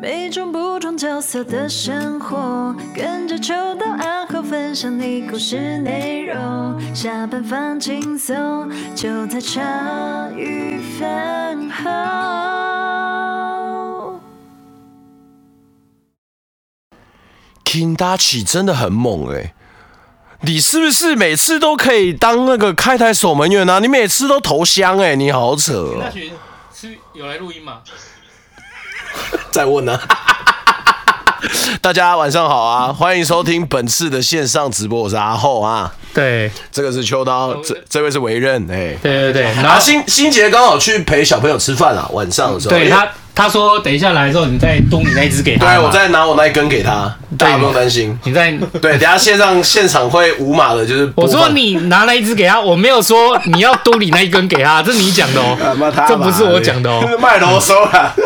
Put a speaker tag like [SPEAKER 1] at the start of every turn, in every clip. [SPEAKER 1] 每种不同角色的生活，跟着秋到暗号分享你故事内容。下班放轻松，就在茶余饭后。
[SPEAKER 2] Kindachi 真的很猛哎、你是不是每次都可以当那个开台守门员啊？你每次都投降哎、你好扯哦、
[SPEAKER 3] 大群是有来录音吗？
[SPEAKER 4] 再问呢、啊？
[SPEAKER 2] 大家晚上好啊，欢迎收听本次的线上直播，我是阿厚啊，
[SPEAKER 5] 对
[SPEAKER 2] 这个是秋刀，
[SPEAKER 5] 哦
[SPEAKER 2] 这这位是维任哎、
[SPEAKER 5] 对对对，然
[SPEAKER 2] 啊，
[SPEAKER 5] 后
[SPEAKER 2] 新新杰刚好去陪小朋友吃饭啊，晚上的时候。
[SPEAKER 5] 对他啊他说等一下来的时候，你再东你那一只给他嘛，
[SPEAKER 2] 对我再拿我那一根给他，大家不用担心。
[SPEAKER 5] 你 再。
[SPEAKER 2] 对，等一下线上现场会无码的，就是播
[SPEAKER 5] 我说
[SPEAKER 2] 放
[SPEAKER 5] 你拿那一只给他，我没有说你要嘟你那一根给 他，这是你讲的
[SPEAKER 2] 啊妈
[SPEAKER 5] 哦
[SPEAKER 2] 他，
[SPEAKER 5] 这不是我讲 的哦。
[SPEAKER 2] 卖楼收了。啊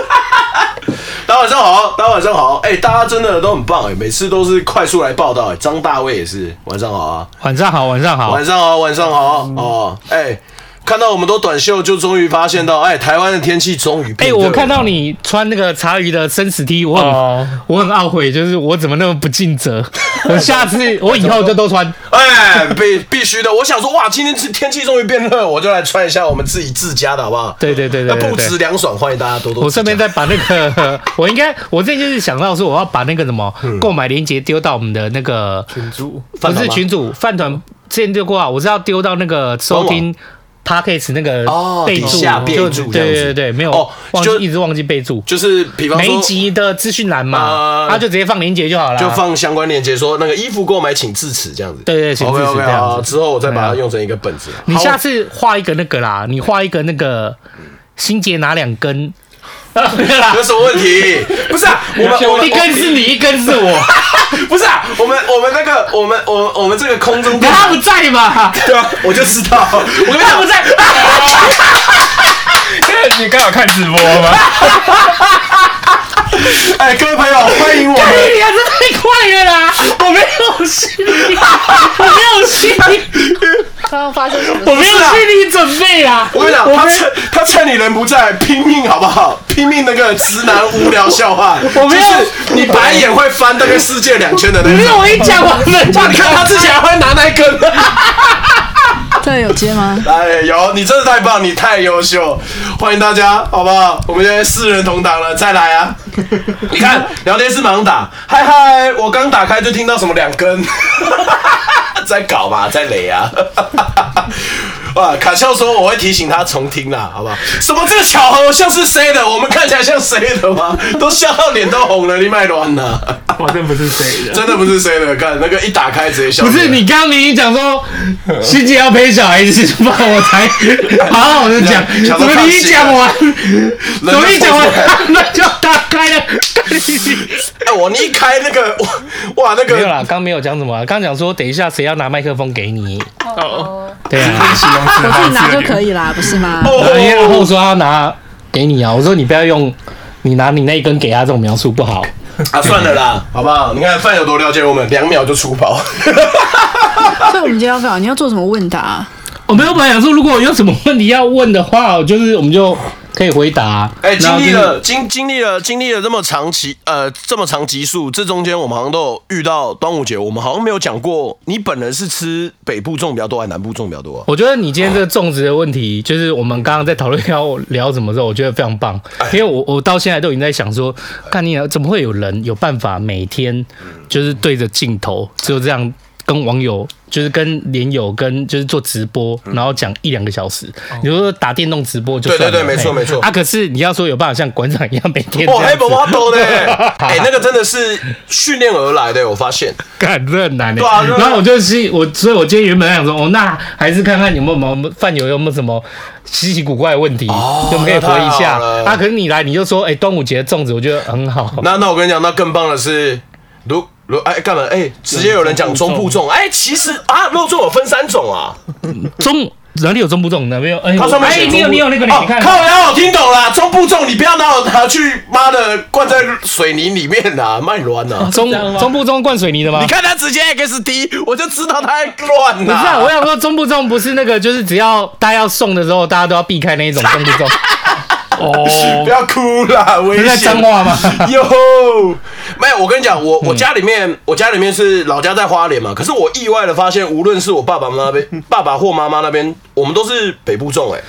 [SPEAKER 2] 大家晚上好，大家晚上好，哎、大家真的都很棒哎、每次都是快速来报道哎、张大卫也是，晚上好啊，
[SPEAKER 5] 晚上好，晚上好
[SPEAKER 2] 晚，上好，晚上好哦，哎、看到我们都短袖，就终于发现到，哎、台湾的天气终于变
[SPEAKER 5] 哎、
[SPEAKER 2] 热了
[SPEAKER 5] 我看到你穿那个茶余的生死 T，我很、
[SPEAKER 3] 哦
[SPEAKER 5] 我很懊悔，就是我怎么那么不 尽责。我下次我以后就都穿。
[SPEAKER 2] 哎，必必须的。我想说，哇，今天天气终于变热，我就来穿一下我们自己自家的好不好？
[SPEAKER 5] 对对对对
[SPEAKER 2] 那
[SPEAKER 5] 对
[SPEAKER 2] 不止
[SPEAKER 5] 对。
[SPEAKER 2] 凉爽，欢迎大家多多。
[SPEAKER 5] 我顺便，再把那个， 我应该，我这就是想到说，我要把那个什么
[SPEAKER 2] 嗯
[SPEAKER 5] 购买链接丢到我们的那个，
[SPEAKER 3] 群主
[SPEAKER 5] 不
[SPEAKER 2] 团
[SPEAKER 5] 是
[SPEAKER 2] 吗哦
[SPEAKER 5] 群主饭团之前丢过啊，我是要丢到那个收听 podcast 那个
[SPEAKER 2] 哦
[SPEAKER 5] 备
[SPEAKER 2] 底
[SPEAKER 5] 注，
[SPEAKER 2] 下备
[SPEAKER 5] 就
[SPEAKER 2] 注
[SPEAKER 5] 对
[SPEAKER 2] 这样
[SPEAKER 5] 对
[SPEAKER 2] 子
[SPEAKER 5] 对对，没有，
[SPEAKER 2] 哦
[SPEAKER 5] 忘记
[SPEAKER 2] 就
[SPEAKER 5] 一直忘记备注，
[SPEAKER 2] 就是比方
[SPEAKER 5] 每一
[SPEAKER 2] 说，
[SPEAKER 5] 集的资讯栏嘛
[SPEAKER 2] 呃，
[SPEAKER 5] 他就直接放链接就好了，
[SPEAKER 2] 就放相关链接，说那个衣服购买请至此这样子。
[SPEAKER 5] 对对请
[SPEAKER 2] o k
[SPEAKER 5] 至
[SPEAKER 2] o
[SPEAKER 5] 此
[SPEAKER 2] k
[SPEAKER 5] 这样子
[SPEAKER 2] 好，之后我再把它
[SPEAKER 5] 对啊
[SPEAKER 2] 用成一个本子。
[SPEAKER 5] 你
[SPEAKER 2] 好
[SPEAKER 5] 下次画一个那个啦，你画一个那个心结拿两 根，没有 啦
[SPEAKER 2] 有什么问题？不是啊，我们我们
[SPEAKER 5] 一根是你，一根是 我，
[SPEAKER 2] 不是啊，我们我们那个我们我们我们这个空中
[SPEAKER 5] 他不在嘛？
[SPEAKER 2] 对啊，我就知 道，我跟你
[SPEAKER 5] 他
[SPEAKER 2] 讲
[SPEAKER 5] 不，在，
[SPEAKER 3] 你刚好看直播吗？
[SPEAKER 2] 哎，各位朋友，欢迎我们。
[SPEAKER 5] 哎 你还是太快了啦！我没有心理，我没有心理，
[SPEAKER 6] 刚刚发生什么
[SPEAKER 5] 我
[SPEAKER 6] 事？
[SPEAKER 5] 没有心理准备啊啦！
[SPEAKER 2] 我跟你讲，他趁他趁你人不在，拼命好不好？拼命那个直男无聊笑话，
[SPEAKER 5] 我没有
[SPEAKER 2] 就是你白眼会翻大概世界两圈的那
[SPEAKER 5] 没有，
[SPEAKER 2] 种。
[SPEAKER 5] 我一讲完了，
[SPEAKER 2] 哇，你看他之前还会拿那一根，
[SPEAKER 6] 这有接吗？
[SPEAKER 2] 哎呦，你真的太棒，你太优秀，欢迎大家，好不好？我们现在四人同堂了，再来 啊！你看聊天室盲打，嗨嗨，我刚打开就听到什么两 根，在搞嘛，在雷啊！ 啊，卡笑说我会提醒他重听啦，好不好？什么这个巧合像是谁的？我们看起来像谁的 吗？都笑到脸都红了，你卖卵了，
[SPEAKER 3] 我真不是谁的。
[SPEAKER 2] 真的不是谁的，看那个一打开直接笑。
[SPEAKER 5] 不是你刚刚明明讲说心姐要陪小孩子吃饭，我才好好的讲，
[SPEAKER 2] 想
[SPEAKER 5] 怎
[SPEAKER 2] 说
[SPEAKER 5] 么
[SPEAKER 2] 放
[SPEAKER 5] 你一
[SPEAKER 2] 心啊
[SPEAKER 5] 讲完，
[SPEAKER 2] 人
[SPEAKER 5] 怎
[SPEAKER 2] 都
[SPEAKER 5] 么一讲完
[SPEAKER 2] 说出来了
[SPEAKER 5] 那就打开了？干你
[SPEAKER 2] 哎、我你一开那个哇哇那
[SPEAKER 5] 没有
[SPEAKER 2] 个
[SPEAKER 5] 啦，刚没有讲什么啊，刚讲说等一下谁要拿麦克风给你，
[SPEAKER 3] 哦，
[SPEAKER 5] 对 啊，
[SPEAKER 3] 形容词
[SPEAKER 6] 我自己拿就
[SPEAKER 3] 以。
[SPEAKER 6] 可以啦，不是 吗？
[SPEAKER 2] 哦
[SPEAKER 5] 然后因为阿后说要拿给你啊，我说你不要用你拿你那一根给他这种描述不好，
[SPEAKER 2] 啊，算了啦， 好不好？你看范有多了解我们，两秒就出跑。
[SPEAKER 6] 所以我们今天要干嘛？你要做什么问答、啊？
[SPEAKER 5] 我哦没有本来想说如果有什么问题要问的话，我就是我们就可以回答，
[SPEAKER 2] 哎、
[SPEAKER 5] 然
[SPEAKER 2] 经
[SPEAKER 5] 后就
[SPEAKER 2] 历
[SPEAKER 5] 是
[SPEAKER 2] 了经经历了经历了这么长期呃这么长集数，这中间我们好像都有遇到端午节，我们好像没有讲过，你本人是吃北部种比较多还是南部种比较多啊？
[SPEAKER 5] 我觉得你今天这个种植的问题，就是我们刚刚在讨论要聊什么的时候，我觉得非常棒，
[SPEAKER 2] 哎
[SPEAKER 5] 因为我我到现在都已经在想说，看你啊怎么会有人有办法每天
[SPEAKER 2] 嗯
[SPEAKER 5] 就是对着镜头，只有这样跟网友，就是跟连友跟就是做直播，
[SPEAKER 2] 嗯
[SPEAKER 5] 然后讲一两个小时，你说打电动直播就
[SPEAKER 2] 对
[SPEAKER 5] 算了
[SPEAKER 2] 哦对对没错
[SPEAKER 5] 嘿
[SPEAKER 2] 没错哦
[SPEAKER 5] 啊，可是你要说有办法像馆长一样每天
[SPEAKER 2] 哇，
[SPEAKER 5] 这
[SPEAKER 2] 黑
[SPEAKER 5] 样
[SPEAKER 2] 宝
[SPEAKER 5] 子，
[SPEAKER 2] 宝懂呢！ 哎、那个真的是训练而来的，我发现。
[SPEAKER 5] 干这很难的、欸
[SPEAKER 2] 对啊对啊
[SPEAKER 5] 然后我就是我，所以我今天原本想说，哦，那还是看看有没有毛饭友有没有什么稀奇古怪的问题，
[SPEAKER 2] 哦
[SPEAKER 5] 我们可以回一
[SPEAKER 2] 那太
[SPEAKER 5] 下
[SPEAKER 2] 好了。
[SPEAKER 5] 啊，可是你来你就说，哎、端午节的粽子我觉得很好。
[SPEAKER 2] 那那我跟你讲，那更棒的是，如如哎干嘛？哎、直接有人讲中部种，哎、其实啊，肉粽有分三种啊。
[SPEAKER 5] 中哪里有中不中的没有？哎、
[SPEAKER 2] 它
[SPEAKER 5] 我
[SPEAKER 2] 上面
[SPEAKER 5] 哎、
[SPEAKER 2] 写中部、
[SPEAKER 5] 你有你有那个，
[SPEAKER 2] 哦
[SPEAKER 5] 你看。
[SPEAKER 2] 靠腰，我听懂了，中部重你不要拿我拿去妈的灌在水泥里面啦， 卖卵呐！
[SPEAKER 5] 中中部中灌水泥的吗？
[SPEAKER 2] 你看他直接 XD，我就知道他在乱
[SPEAKER 5] 不是啊，我
[SPEAKER 2] 啦。
[SPEAKER 5] 想 说中部中不是那个，就是只要大家要送的时候，大家都要避开那一种中部中。哦
[SPEAKER 2] 不，要哭啦，危
[SPEAKER 5] 是
[SPEAKER 2] 险。啊
[SPEAKER 5] 在脏话吗？
[SPEAKER 2] 哟，没有，我跟你讲，我
[SPEAKER 5] 嗯
[SPEAKER 2] 我家里面，我家里面是老家在花莲嘛，可是我意外的发现，无论是我爸爸妈妈那 边，爸爸或妈妈那边，我们都是北部种、哎，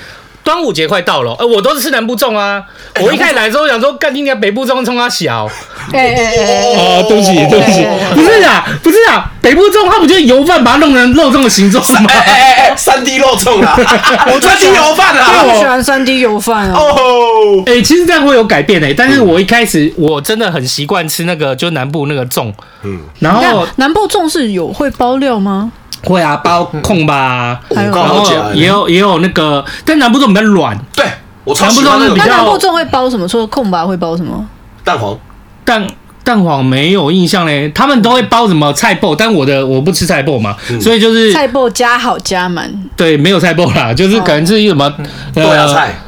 [SPEAKER 5] 端午节快到了，呃，我都是吃南部粽啊。我一开始来的时候想说，干你娘北部粽冲他小。
[SPEAKER 6] 哎哎哎，
[SPEAKER 5] 哦，对不起，对不起， 不是啊，不是啊，北部粽它不就是油饭把它弄成肉粽的形状 吗？
[SPEAKER 2] 哎哎哎哎，三 D 肉粽 啊，我三 D 油饭
[SPEAKER 6] 我
[SPEAKER 2] 啊，
[SPEAKER 6] 喜欢三 D 油饭哦。
[SPEAKER 2] 哦，
[SPEAKER 5] 哎、其实这样会有改变哎、但是我一开始我真的很习惯吃那个，就南部那个粽，嗯，然后
[SPEAKER 6] 那南部粽是有会包料吗？
[SPEAKER 5] 会啊，包控吧，
[SPEAKER 6] 还有
[SPEAKER 2] 我
[SPEAKER 5] 然
[SPEAKER 2] 好
[SPEAKER 5] 后
[SPEAKER 2] 假的
[SPEAKER 5] 也有也有那个，但南部粽比较软，
[SPEAKER 2] 对我超喜欢那
[SPEAKER 5] 全部都是比
[SPEAKER 6] 那
[SPEAKER 5] 较
[SPEAKER 2] 种
[SPEAKER 6] 南部粽会包什么？除了空吧会包什么？
[SPEAKER 2] 蛋黄，
[SPEAKER 5] 蛋蛋黄没有印象嘞，他们都会包什么菜爆，但我的我不吃菜爆嘛，所以就是
[SPEAKER 6] 菜脯加好加满，
[SPEAKER 5] 对没有菜爆啦，就是
[SPEAKER 6] 哦
[SPEAKER 5] 可能是一什么、
[SPEAKER 6] 嗯
[SPEAKER 5] 呃
[SPEAKER 2] 豆芽啊菜，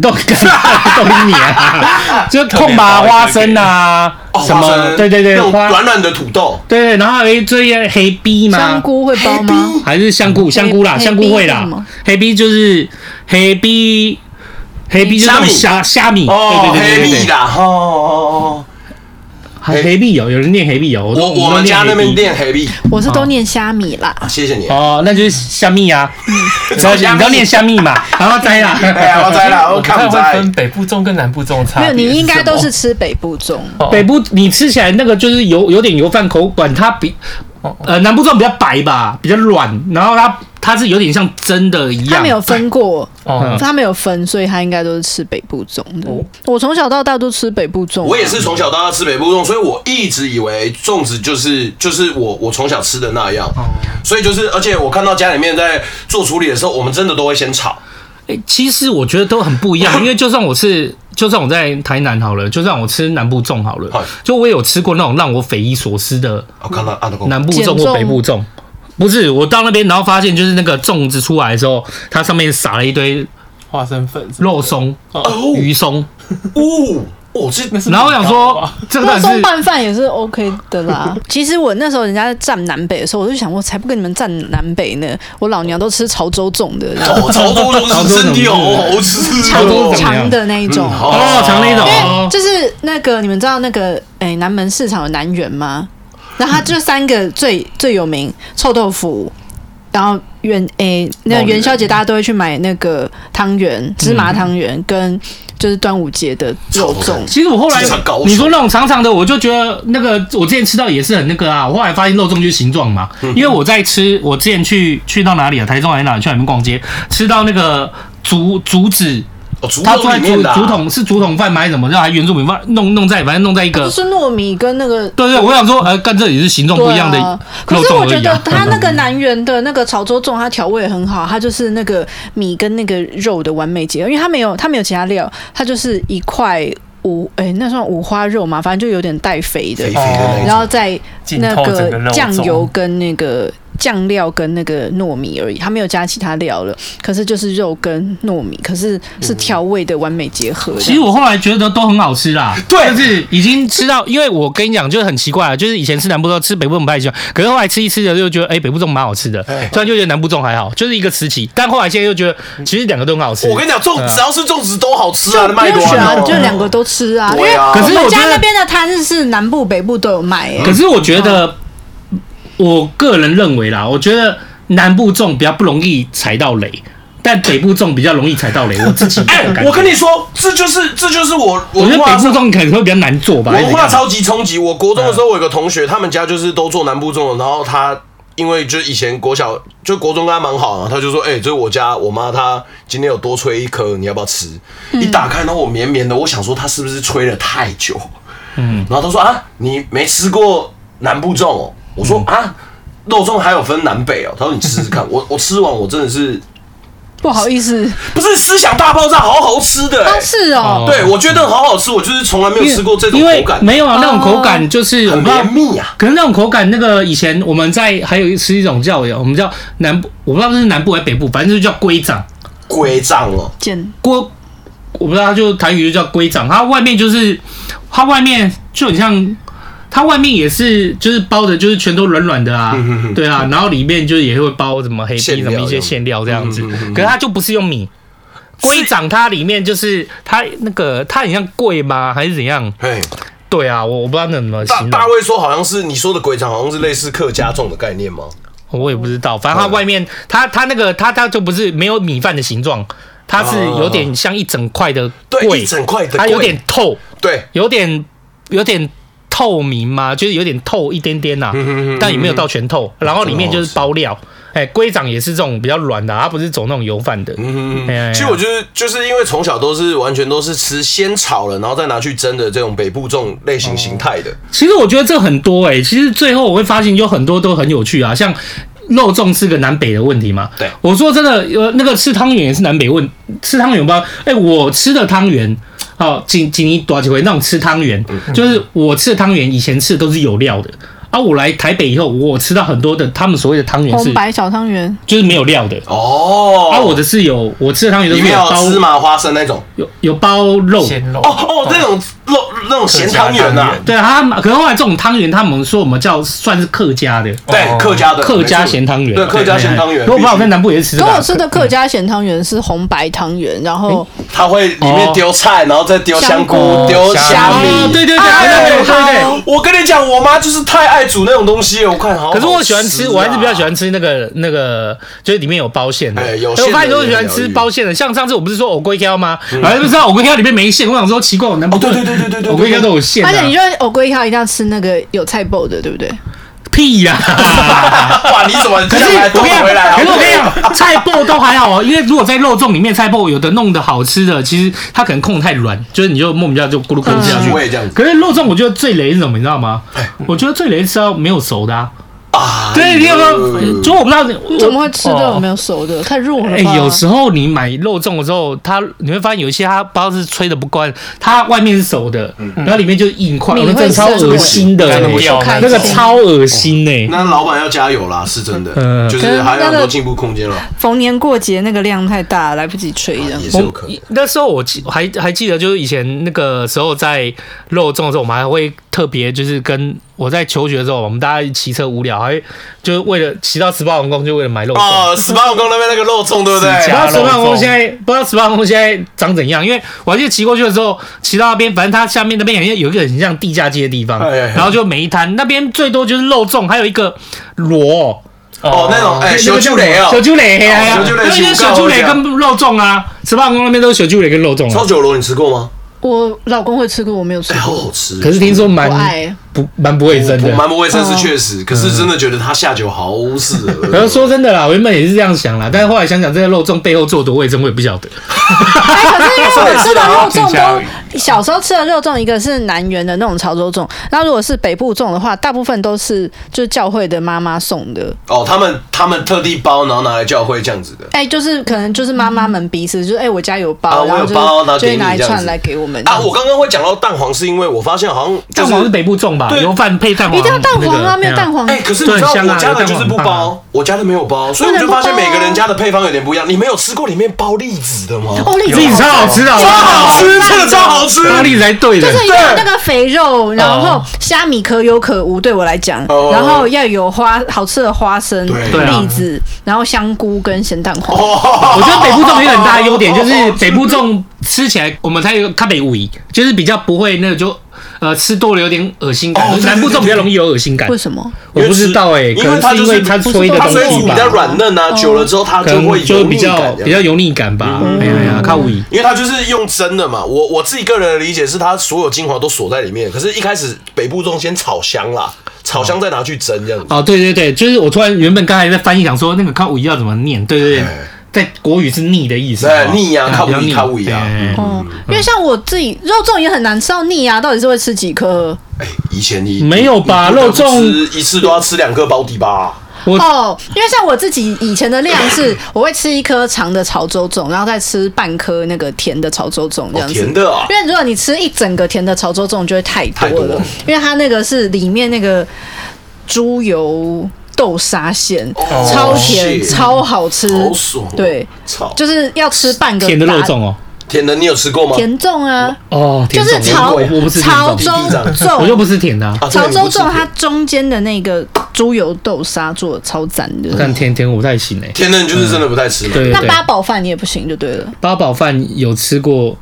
[SPEAKER 5] 豆 豆泥啊， 就是空吧
[SPEAKER 3] 特别包一个
[SPEAKER 5] 花生啊，
[SPEAKER 2] 哦，
[SPEAKER 5] 什
[SPEAKER 2] 花
[SPEAKER 5] 么
[SPEAKER 2] 生
[SPEAKER 5] 对对对
[SPEAKER 2] 那种
[SPEAKER 5] 花
[SPEAKER 2] 软软的土豆，
[SPEAKER 5] 对对，然后还有一堆黑逼嘛，
[SPEAKER 6] 香菇会包吗？
[SPEAKER 5] 还是香菇，香菇啦，
[SPEAKER 6] 黑
[SPEAKER 5] 香菇会
[SPEAKER 6] 黑 B 是
[SPEAKER 5] 啦
[SPEAKER 6] 什么，
[SPEAKER 5] 黑 B 就是黑 B，黑 B 就是那种
[SPEAKER 2] 虾
[SPEAKER 5] 虾虾米，
[SPEAKER 2] 哦，
[SPEAKER 5] 对对对
[SPEAKER 2] 黑
[SPEAKER 5] 对
[SPEAKER 2] 蜜
[SPEAKER 5] 对对，
[SPEAKER 2] 啦，哦哦哦，
[SPEAKER 5] 还黑 B 有有人念黑 B 有，
[SPEAKER 2] 我
[SPEAKER 5] 都
[SPEAKER 2] 我们家那边。
[SPEAKER 5] 都黑 B
[SPEAKER 2] 店黑蜜，
[SPEAKER 6] 我是都念虾米啦。
[SPEAKER 2] 谢谢你，
[SPEAKER 5] 哦，那就是虾米啊，
[SPEAKER 2] 嗯
[SPEAKER 5] 你知道你知道念虾米嘛，然后 摘啦，
[SPEAKER 2] 哎呀，我栽了，
[SPEAKER 3] 我
[SPEAKER 2] 我
[SPEAKER 3] 不太
[SPEAKER 2] 看不
[SPEAKER 3] 会
[SPEAKER 2] 栽，
[SPEAKER 3] 分北部粽跟南部粽差
[SPEAKER 6] 没
[SPEAKER 3] 别
[SPEAKER 6] 有，
[SPEAKER 3] 什么。
[SPEAKER 6] 你应该都是吃北部粽。
[SPEAKER 3] 哦
[SPEAKER 5] 北部你吃起来那个就是有有点油饭口感，它比呃南部粽比较白吧，比较软，然后它它是有点像真的一
[SPEAKER 6] 他
[SPEAKER 5] 样
[SPEAKER 6] 没。有分过，
[SPEAKER 5] 嗯
[SPEAKER 3] 哦
[SPEAKER 2] 嗯
[SPEAKER 6] 他没有分，所以他应该都是吃北部粽的。
[SPEAKER 5] 哦
[SPEAKER 6] 我从小到大都吃北部粽。啊
[SPEAKER 2] 我也是从小到大吃北部粽，所以我一直以为粽子就是就是我我从小吃的那样，所以就是而且我看到家里面在做处理的时候，我们真的都会先炒，
[SPEAKER 5] 哎、其实我觉得都很不一样，因为就算我是，就算我在台南好了，就算我吃南部粽好
[SPEAKER 2] 嗨
[SPEAKER 5] 了，就我也有吃过那种让我匪夷所思的
[SPEAKER 2] 我看到啊那个
[SPEAKER 5] 南部粽
[SPEAKER 6] 减
[SPEAKER 5] 或
[SPEAKER 6] 重
[SPEAKER 5] 北部粽。不是，我到那边然后发现，就是那个粽子出来的时候，它上面撒了一堆
[SPEAKER 3] 花生粉是吗
[SPEAKER 5] 肉松、
[SPEAKER 2] 哦
[SPEAKER 5] 鱼松，
[SPEAKER 2] 哦哦这
[SPEAKER 3] 那是
[SPEAKER 5] 然后我想
[SPEAKER 3] 米糕
[SPEAKER 5] 说
[SPEAKER 3] 吧，
[SPEAKER 5] 这 个到
[SPEAKER 6] 肉
[SPEAKER 5] 底
[SPEAKER 6] 松
[SPEAKER 5] 是
[SPEAKER 6] 拌饭也是 OK 的 啦。其实我那时候人家在站南北的时候，我就想，我才不跟你们站南北呢，我老娘都吃潮州粽的，然后
[SPEAKER 2] 哦潮州粽是身体好好吃
[SPEAKER 5] 潮州
[SPEAKER 2] 哦
[SPEAKER 5] 怎么样
[SPEAKER 6] 长的那一种。
[SPEAKER 2] 好
[SPEAKER 5] 哦，长那种
[SPEAKER 6] 因
[SPEAKER 5] 哦
[SPEAKER 6] 为就是那个你们知道那个诶、南门市场有南园吗？然后它就三个最最有名臭豆腐，然后元诶、那个元宵节大家都会去买那个汤圆、芝麻汤圆跟就是端午节的肉粽。
[SPEAKER 5] 其实我后来
[SPEAKER 2] 职场高手
[SPEAKER 5] 你说那种长长的，我就觉得那个我之前吃到也是很那个啊。我后来发现肉粽就是形状嘛，
[SPEAKER 2] 嗯
[SPEAKER 5] 因为我在吃，我之前去去到哪里啊？台中还是哪里？去哪里逛街，吃到那个竹竹子，
[SPEAKER 2] 哦竹
[SPEAKER 5] 它做
[SPEAKER 2] 筒
[SPEAKER 5] 在
[SPEAKER 2] 里
[SPEAKER 5] 竹
[SPEAKER 2] 面的啊
[SPEAKER 5] 竹筒是竹筒饭吗？还是什么？然后还原住民饭弄弄在反正弄在一
[SPEAKER 6] 就
[SPEAKER 5] 个。
[SPEAKER 6] 是糯米跟那个
[SPEAKER 5] 对对，我想说，呃，干这也是形状不一样的
[SPEAKER 6] 对啊可
[SPEAKER 5] 肉
[SPEAKER 6] 是
[SPEAKER 5] 粽
[SPEAKER 6] 我
[SPEAKER 5] 而
[SPEAKER 6] 觉
[SPEAKER 5] 已
[SPEAKER 6] 得
[SPEAKER 5] 啊。
[SPEAKER 6] 它那个南园的那个潮州粽，它调味很好，它就是那个米跟那个肉的完美结合，因为它没有它没有其他料，它就是一块五哎、那算五花肉嘛，反正就有点带肥的
[SPEAKER 2] 肥肥，的那
[SPEAKER 6] 然后
[SPEAKER 2] 种，
[SPEAKER 6] 再
[SPEAKER 3] 浸
[SPEAKER 6] 那
[SPEAKER 3] 透整个肉
[SPEAKER 6] 个
[SPEAKER 3] 粽
[SPEAKER 6] 酱油跟那个酱料跟那个糯米而已，它没有加其他料了。可是就是肉跟糯米，可是是调味的完美结合。
[SPEAKER 5] 其实我后来觉得都很好吃啦，
[SPEAKER 2] 对
[SPEAKER 5] 就是已经吃到，因为我跟你讲，就是很奇怪啊，就是以前吃南部粽，吃北部粽不太喜欢，可是后来吃一吃的就觉得，哎、北部粽蛮好吃的，突然就觉得南部粽还好，就是一个时期，但后来现在又觉得，其实两个都很好吃。
[SPEAKER 2] 我跟你讲粽只要是粽子都好吃啊，
[SPEAKER 6] 不
[SPEAKER 2] 卖
[SPEAKER 6] 用
[SPEAKER 2] 多
[SPEAKER 6] 选啊，
[SPEAKER 2] 啊
[SPEAKER 6] 你就两个都吃啊。因
[SPEAKER 2] 对
[SPEAKER 6] 为
[SPEAKER 2] 啊
[SPEAKER 5] 可是
[SPEAKER 6] 我
[SPEAKER 5] 我
[SPEAKER 6] 们
[SPEAKER 5] 觉
[SPEAKER 6] 家那
[SPEAKER 5] 得，
[SPEAKER 6] 边的摊是南部北部都有卖、欸，
[SPEAKER 5] 可是我觉得，我个人认为啦，我觉得南部粽比较不容易踩到雷，但北部粽比较容易踩到雷，我自己 的
[SPEAKER 2] 哎
[SPEAKER 5] 感觉。
[SPEAKER 2] 我跟你说这就是这就是我
[SPEAKER 5] 我觉
[SPEAKER 2] 文
[SPEAKER 5] 得
[SPEAKER 2] 化
[SPEAKER 5] 北
[SPEAKER 2] 上
[SPEAKER 5] 部粽可能会比较难做吧，还是
[SPEAKER 2] 文
[SPEAKER 5] 怎
[SPEAKER 2] 化
[SPEAKER 5] 样
[SPEAKER 2] 超级冲击。我国中的时候，我有个同学，他们家就是都做南部粽，然后他因为就以前国小就国中跟他蛮好啊，他就说：“哎、这是我家我妈她今天有多吹一颗，你要不要吃？”
[SPEAKER 5] 嗯
[SPEAKER 2] 一打开，然后我绵绵的，我想说她是不是吹了太久？嗯，然后他说：“啊，你没吃过南部粽哦？”我说：“
[SPEAKER 5] 嗯
[SPEAKER 2] 啊，肉粽还有分南北哦。”他说：“你吃吃看。我” 我吃完，我真的是
[SPEAKER 6] 不好意思，
[SPEAKER 2] 不是思想大爆炸，好好吃的、
[SPEAKER 6] 啊
[SPEAKER 2] 哎
[SPEAKER 6] 是哦，
[SPEAKER 2] 对，我觉得好好吃，我就是从来没有吃过这种
[SPEAKER 5] 因为
[SPEAKER 2] 口感，
[SPEAKER 5] 没有啊，那种口感就是我
[SPEAKER 2] 很
[SPEAKER 5] 不知道
[SPEAKER 2] 绵密啊。
[SPEAKER 5] 可是那种口感，那个以前我们在还有一吃一种叫我们叫南部，我不知道是南部还是北部，反正就叫龟掌
[SPEAKER 2] 规章哦，
[SPEAKER 6] 见
[SPEAKER 5] 锅，我不知道它就台语就叫龟掌，它外面就是它外面就很像。它外面也是，就是包的，就是全都软软的啊，对啊，然后里面就是也会包什么黑皮
[SPEAKER 2] 馅
[SPEAKER 5] 什
[SPEAKER 2] 料
[SPEAKER 5] 么一些馅料这样子，可是它就不是用米，龟掌它里面就是它那个它很像贵吗？还是怎样？
[SPEAKER 2] 嘿，
[SPEAKER 5] 对啊，我我不知道那怎么
[SPEAKER 2] 大
[SPEAKER 5] 形容
[SPEAKER 2] 大，卫说好像是你说的鬼掌，好像是类似客家粽的概念吗？
[SPEAKER 5] 我也不知道。反正它外面它它那个它它就不是没有米饭的形状，它是有点像一整块的
[SPEAKER 2] 啊对，一
[SPEAKER 5] 贵，
[SPEAKER 2] 整块的
[SPEAKER 5] 它有
[SPEAKER 2] 桂
[SPEAKER 5] 点透，
[SPEAKER 2] 对，啊
[SPEAKER 5] 有点有点透明嘛，就是有点透一点点呐、
[SPEAKER 2] 嗯
[SPEAKER 5] 但也没有到全
[SPEAKER 2] 哦
[SPEAKER 5] 透。然后里面就是包料，哎，龟掌也是这种比较软的啊，它不是走那种油饭的。嗯嗯
[SPEAKER 2] 其实我觉得就是因为从小都是完全都是吃先炒了，然后再拿去蒸的这种北部这种类型形态的。
[SPEAKER 5] 其实我觉得这很多哎、其实最后我会发现有很多都很有趣啊，像肉粽是个南北的问题嘛。
[SPEAKER 2] 对
[SPEAKER 5] 我说真的，呃，那个吃汤圆也是南北问，吃汤圆吧，哎、我吃的汤圆。哦，锦锦衣多少几回那种吃汤圆，就是我吃的汤圆，以前吃的都是有料的，啊，我来台北以后，我吃到很多的他们所谓的汤圆是
[SPEAKER 6] 红白小汤圆，
[SPEAKER 5] 就是没有料的，
[SPEAKER 2] 哦，
[SPEAKER 5] 啊，我的是有我吃的汤圆都
[SPEAKER 2] 里
[SPEAKER 5] 是
[SPEAKER 2] 面
[SPEAKER 5] 有
[SPEAKER 2] 有
[SPEAKER 5] 包
[SPEAKER 2] 芝麻花生那种。
[SPEAKER 5] 有有包肉，
[SPEAKER 3] 鲜肉
[SPEAKER 2] 哦哦，那种肉那种咸汤圆
[SPEAKER 3] 客家汤
[SPEAKER 2] 呐
[SPEAKER 3] 圆，
[SPEAKER 5] 对啊，他们可能后来这种汤圆，他们说我们叫算是客家的，
[SPEAKER 2] 对，
[SPEAKER 3] 哦
[SPEAKER 2] 客家的
[SPEAKER 5] 客家
[SPEAKER 2] 没错
[SPEAKER 5] 咸汤圆，
[SPEAKER 2] 对，客家咸汤圆。
[SPEAKER 5] 我不知道我
[SPEAKER 2] 必
[SPEAKER 5] 在
[SPEAKER 2] 须
[SPEAKER 5] 南部也是吃这
[SPEAKER 6] 跟
[SPEAKER 5] 个啊嗯哎
[SPEAKER 6] 我吃的客家咸汤圆是红白汤圆，然后
[SPEAKER 2] 它会里面丢菜，然后再丢香菇、
[SPEAKER 6] 香菇
[SPEAKER 2] 丢虾
[SPEAKER 5] 哦，
[SPEAKER 2] 米。
[SPEAKER 5] 对对对
[SPEAKER 6] 啊
[SPEAKER 5] 对对对
[SPEAKER 6] 好
[SPEAKER 5] 对。
[SPEAKER 2] 我跟你讲，我妈就是太爱煮那种东西了，我哦看好好、啊
[SPEAKER 5] 可是我喜欢吃，我还是比较喜。欢吃那个那个，就是里面有包馅的。
[SPEAKER 2] 哎有馅的
[SPEAKER 5] 我发现都喜欢
[SPEAKER 2] 也很疗
[SPEAKER 5] 吃
[SPEAKER 2] 愈
[SPEAKER 5] 包馅的，像上次我不是说藕龟条吗？然后不知道藕龟条里面没馅，我想说奇怪，我南部
[SPEAKER 2] 哦，对对对对对对，
[SPEAKER 5] 藕龟条都有馅啊，
[SPEAKER 6] 而且你觉得藕龟汤一定要吃那个有菜包的，对不对？
[SPEAKER 5] 屁 呀！
[SPEAKER 2] 哇，你怎么
[SPEAKER 5] 可是
[SPEAKER 2] 这样来
[SPEAKER 5] 我
[SPEAKER 2] 倒
[SPEAKER 5] 跟你
[SPEAKER 2] 回来
[SPEAKER 5] 讲，
[SPEAKER 2] 啊？
[SPEAKER 5] 可是我跟你讲，菜爆都还好哦，因为如果在肉粽里面菜爆有的弄的好吃的，其实它可能控得太软，就是你就莫名其妙就咕噜咕噜下去
[SPEAKER 2] 嗯。味哎这样子
[SPEAKER 5] 可是肉粽我觉得最雷是什么，你知道吗？我觉得最雷是要没有熟的啊。
[SPEAKER 2] 啊
[SPEAKER 5] 对，你有没有？就我不知道
[SPEAKER 6] 你
[SPEAKER 5] 我
[SPEAKER 6] 哎怎么会吃这
[SPEAKER 5] 哦
[SPEAKER 6] 种没有熟的？太弱了
[SPEAKER 5] 哎、
[SPEAKER 6] 吧？
[SPEAKER 5] 有时候你买肉粽的时候，它你会发现有一些它不知道是吹的不关，它外面是熟的，然后里面就硬块，
[SPEAKER 6] 米
[SPEAKER 5] 哦那
[SPEAKER 6] 会
[SPEAKER 5] 真的超
[SPEAKER 6] 渗
[SPEAKER 5] 恶心的、
[SPEAKER 3] 干
[SPEAKER 5] 哎
[SPEAKER 3] 掉
[SPEAKER 6] 那
[SPEAKER 5] 嗯那
[SPEAKER 6] 种
[SPEAKER 5] 个超恶心呢、哎
[SPEAKER 2] 那老板要加油啦，是真的，
[SPEAKER 5] 嗯
[SPEAKER 2] 就是还有很多进步空间了，
[SPEAKER 6] 逢年过节那个量太大，来不及吹这样。
[SPEAKER 5] 哎
[SPEAKER 2] 也是有可能。
[SPEAKER 5] 嗯那时候我记还还记得，就是以前那个时候在肉粽的时候，我们还会特别就是跟我在求学的时候，我们大家骑车无聊，还会就是为了骑到十八王宫，就为了买肉粽。
[SPEAKER 2] 哦，十八王宫那边那个肉粽，对不
[SPEAKER 5] 哎
[SPEAKER 2] 对
[SPEAKER 5] 不知
[SPEAKER 3] 是？
[SPEAKER 5] 道十八
[SPEAKER 3] 肉
[SPEAKER 5] 公
[SPEAKER 3] 粽
[SPEAKER 5] 现在不知道十八公现在长怎样，因为我还记得骑过去的时候，骑到那边，反正它下面那边好像有一个很像地下街的地方，
[SPEAKER 2] 哎哎哎
[SPEAKER 5] 然后就每一摊那边最多就是肉粽，还有一个螺，
[SPEAKER 2] 哦，那种哎，小猪雷
[SPEAKER 5] 小
[SPEAKER 2] 哦，
[SPEAKER 5] 猪雷，嘿哎呀呀，
[SPEAKER 2] 小猪
[SPEAKER 5] 那
[SPEAKER 2] 雷
[SPEAKER 5] 边小猪雷跟肉粽啊，十八公那边都是小猪雷跟肉粽
[SPEAKER 2] 烧
[SPEAKER 5] 啊。
[SPEAKER 2] 酒哦螺你吃过吗？
[SPEAKER 6] 我老公会吃过，我没有吃
[SPEAKER 2] 哎，好
[SPEAKER 6] 过，
[SPEAKER 2] 好吃。
[SPEAKER 5] 可是听说哎蛮
[SPEAKER 6] 不爱。哎
[SPEAKER 5] 不蛮不卫生
[SPEAKER 2] 我
[SPEAKER 5] 的。嗯
[SPEAKER 2] 蛮不卫生是确实，可是真的觉得他下酒好适合。
[SPEAKER 5] 可是说真的啦，我原本也是这样想啦，但是后来想想，这个肉粽背后做多卫生，我也不晓得。
[SPEAKER 6] 哎，可是因为我们吃的肉
[SPEAKER 3] 挺香
[SPEAKER 6] 粽都小时候吃的肉粽，一个是南园的那种潮州粽，那如果是北部粽的话，大部分都是就是教会的妈妈送的。
[SPEAKER 2] 哦，他们他们特地包，然后拿来教会这样子的。
[SPEAKER 6] 哎，就是可能就是妈妈们彼此，就是哎，我家有
[SPEAKER 2] 啊
[SPEAKER 6] 包，
[SPEAKER 2] 我有
[SPEAKER 6] 然后就是
[SPEAKER 2] 包然后
[SPEAKER 6] 就
[SPEAKER 2] 给
[SPEAKER 6] 会
[SPEAKER 2] 你
[SPEAKER 6] 拿一
[SPEAKER 2] 这样
[SPEAKER 6] 串
[SPEAKER 2] 子
[SPEAKER 6] 来给我们
[SPEAKER 2] 啊，我刚刚会讲到蛋黄，是因为我发现好像就
[SPEAKER 5] 蛋黄是北部粽吧？
[SPEAKER 2] 对
[SPEAKER 5] 油饭配蛋黄，
[SPEAKER 6] 一定要蛋黄啊，
[SPEAKER 5] 那个
[SPEAKER 6] 没有蛋黄
[SPEAKER 2] 哎、可是你知道
[SPEAKER 5] 对香啊
[SPEAKER 2] 我家的就
[SPEAKER 5] 有蛋
[SPEAKER 2] 是
[SPEAKER 5] 黄
[SPEAKER 2] 不
[SPEAKER 5] 棒啊
[SPEAKER 2] 包，我家的没有包，所以我就发现
[SPEAKER 6] 啊
[SPEAKER 2] 每个人家的配方有点不一样。你们有吃过里面包栗子的吗？
[SPEAKER 6] 哦，栗
[SPEAKER 5] 栗子超好吃啊，
[SPEAKER 2] 超好吃，这个超好吃。
[SPEAKER 5] 大力才对的
[SPEAKER 6] 就。是要有那个肥肉，然
[SPEAKER 5] 哦
[SPEAKER 6] 后虾米可有可无，对我来讲，
[SPEAKER 2] 哦
[SPEAKER 6] 然后要有花好吃的花生、
[SPEAKER 2] 对
[SPEAKER 5] 对啊
[SPEAKER 6] 栗子，然后香菇跟咸蛋黄。
[SPEAKER 2] 哦
[SPEAKER 5] 我觉得北部粽有一个很大的优点，就是北部粽吃起来，我们才有咖北五就是比较不会那个就呃吃多了有点恶心感
[SPEAKER 2] 哦，
[SPEAKER 5] 南部
[SPEAKER 2] 对对对
[SPEAKER 5] 粽比较容易有恶心感
[SPEAKER 6] 为。什么？
[SPEAKER 5] 我不知道哎，
[SPEAKER 2] 因为
[SPEAKER 5] 可能
[SPEAKER 2] 它
[SPEAKER 5] 是
[SPEAKER 2] 就是
[SPEAKER 5] 因为它吹的
[SPEAKER 2] 它
[SPEAKER 5] 东
[SPEAKER 2] 水煮
[SPEAKER 5] 西
[SPEAKER 2] 比较
[SPEAKER 5] 吧，
[SPEAKER 2] 软嫩啊，
[SPEAKER 6] 哦
[SPEAKER 2] 久了之后它
[SPEAKER 5] 可
[SPEAKER 2] 就
[SPEAKER 5] 能
[SPEAKER 2] 会
[SPEAKER 5] 就
[SPEAKER 2] 有
[SPEAKER 5] 比
[SPEAKER 2] 腻
[SPEAKER 5] 较
[SPEAKER 2] 感。嗯
[SPEAKER 5] 比较油腻感吧。哎呀呀，咖五乙。
[SPEAKER 2] 因为它就是用蒸的嘛，我我自己个人的理解是，它所有精华都锁在里面。可是，一开始北部粽先炒香啦，炒香再拿去蒸这样子。
[SPEAKER 5] 哦，对对对，就是我突然原本刚才在翻译，想说那个咖五乙要怎么念？对对对，在国语是腻的意思。
[SPEAKER 2] 哎对腻啊
[SPEAKER 5] 哦
[SPEAKER 2] 靠五乙
[SPEAKER 5] 比较腻
[SPEAKER 2] 靠五乙啊
[SPEAKER 5] 哎哎哎
[SPEAKER 6] 哦，因为像我自己肉粽也很难吃到腻啊，到底是会吃几颗？
[SPEAKER 2] 哎、以前你
[SPEAKER 5] 没有吧
[SPEAKER 2] 你不得不
[SPEAKER 5] 肉粽
[SPEAKER 2] 吃一次都要吃两个包底吧？
[SPEAKER 5] 我
[SPEAKER 6] 哦，因为像我自己以前的量是，我会吃一颗长的潮州粽，然后再吃半颗那个甜的潮州粽这
[SPEAKER 2] 哦，
[SPEAKER 6] 样子
[SPEAKER 2] 甜。的啊，
[SPEAKER 6] 因为如果你吃一整个甜的潮州粽，就会太
[SPEAKER 2] 太多
[SPEAKER 6] 多了，
[SPEAKER 2] 了
[SPEAKER 6] 因为它那个是里面那个猪油豆沙馅，
[SPEAKER 5] 哦
[SPEAKER 6] 超甜，
[SPEAKER 2] 是
[SPEAKER 6] 超好吃，
[SPEAKER 2] 好爽哦
[SPEAKER 6] 对，
[SPEAKER 2] 操！
[SPEAKER 6] 就是要吃半个
[SPEAKER 5] 甜的肉
[SPEAKER 6] 大
[SPEAKER 5] 粽哦。
[SPEAKER 2] 甜的你有吃过吗？
[SPEAKER 6] 甜粽啊，
[SPEAKER 5] 哦，
[SPEAKER 6] 就
[SPEAKER 5] 甜
[SPEAKER 6] 是
[SPEAKER 5] 粽
[SPEAKER 6] 潮
[SPEAKER 5] 我我不是甜
[SPEAKER 6] 潮
[SPEAKER 5] 粽
[SPEAKER 6] 州
[SPEAKER 2] 甜粽
[SPEAKER 5] 我就
[SPEAKER 6] 粽。
[SPEAKER 5] 不是甜的、啊。
[SPEAKER 2] 啊，这
[SPEAKER 6] 潮
[SPEAKER 2] 个你
[SPEAKER 6] 州
[SPEAKER 2] 不吃
[SPEAKER 6] 粽它中间的那个猪油豆沙做的超赞的。
[SPEAKER 5] 但天天不太行哎、
[SPEAKER 2] 天嫩就是真的不太吃嘛。
[SPEAKER 5] 嗯对对
[SPEAKER 6] 那
[SPEAKER 5] 对，
[SPEAKER 6] 八宝饭你也不行就对了，
[SPEAKER 5] 八宝饭有吃过，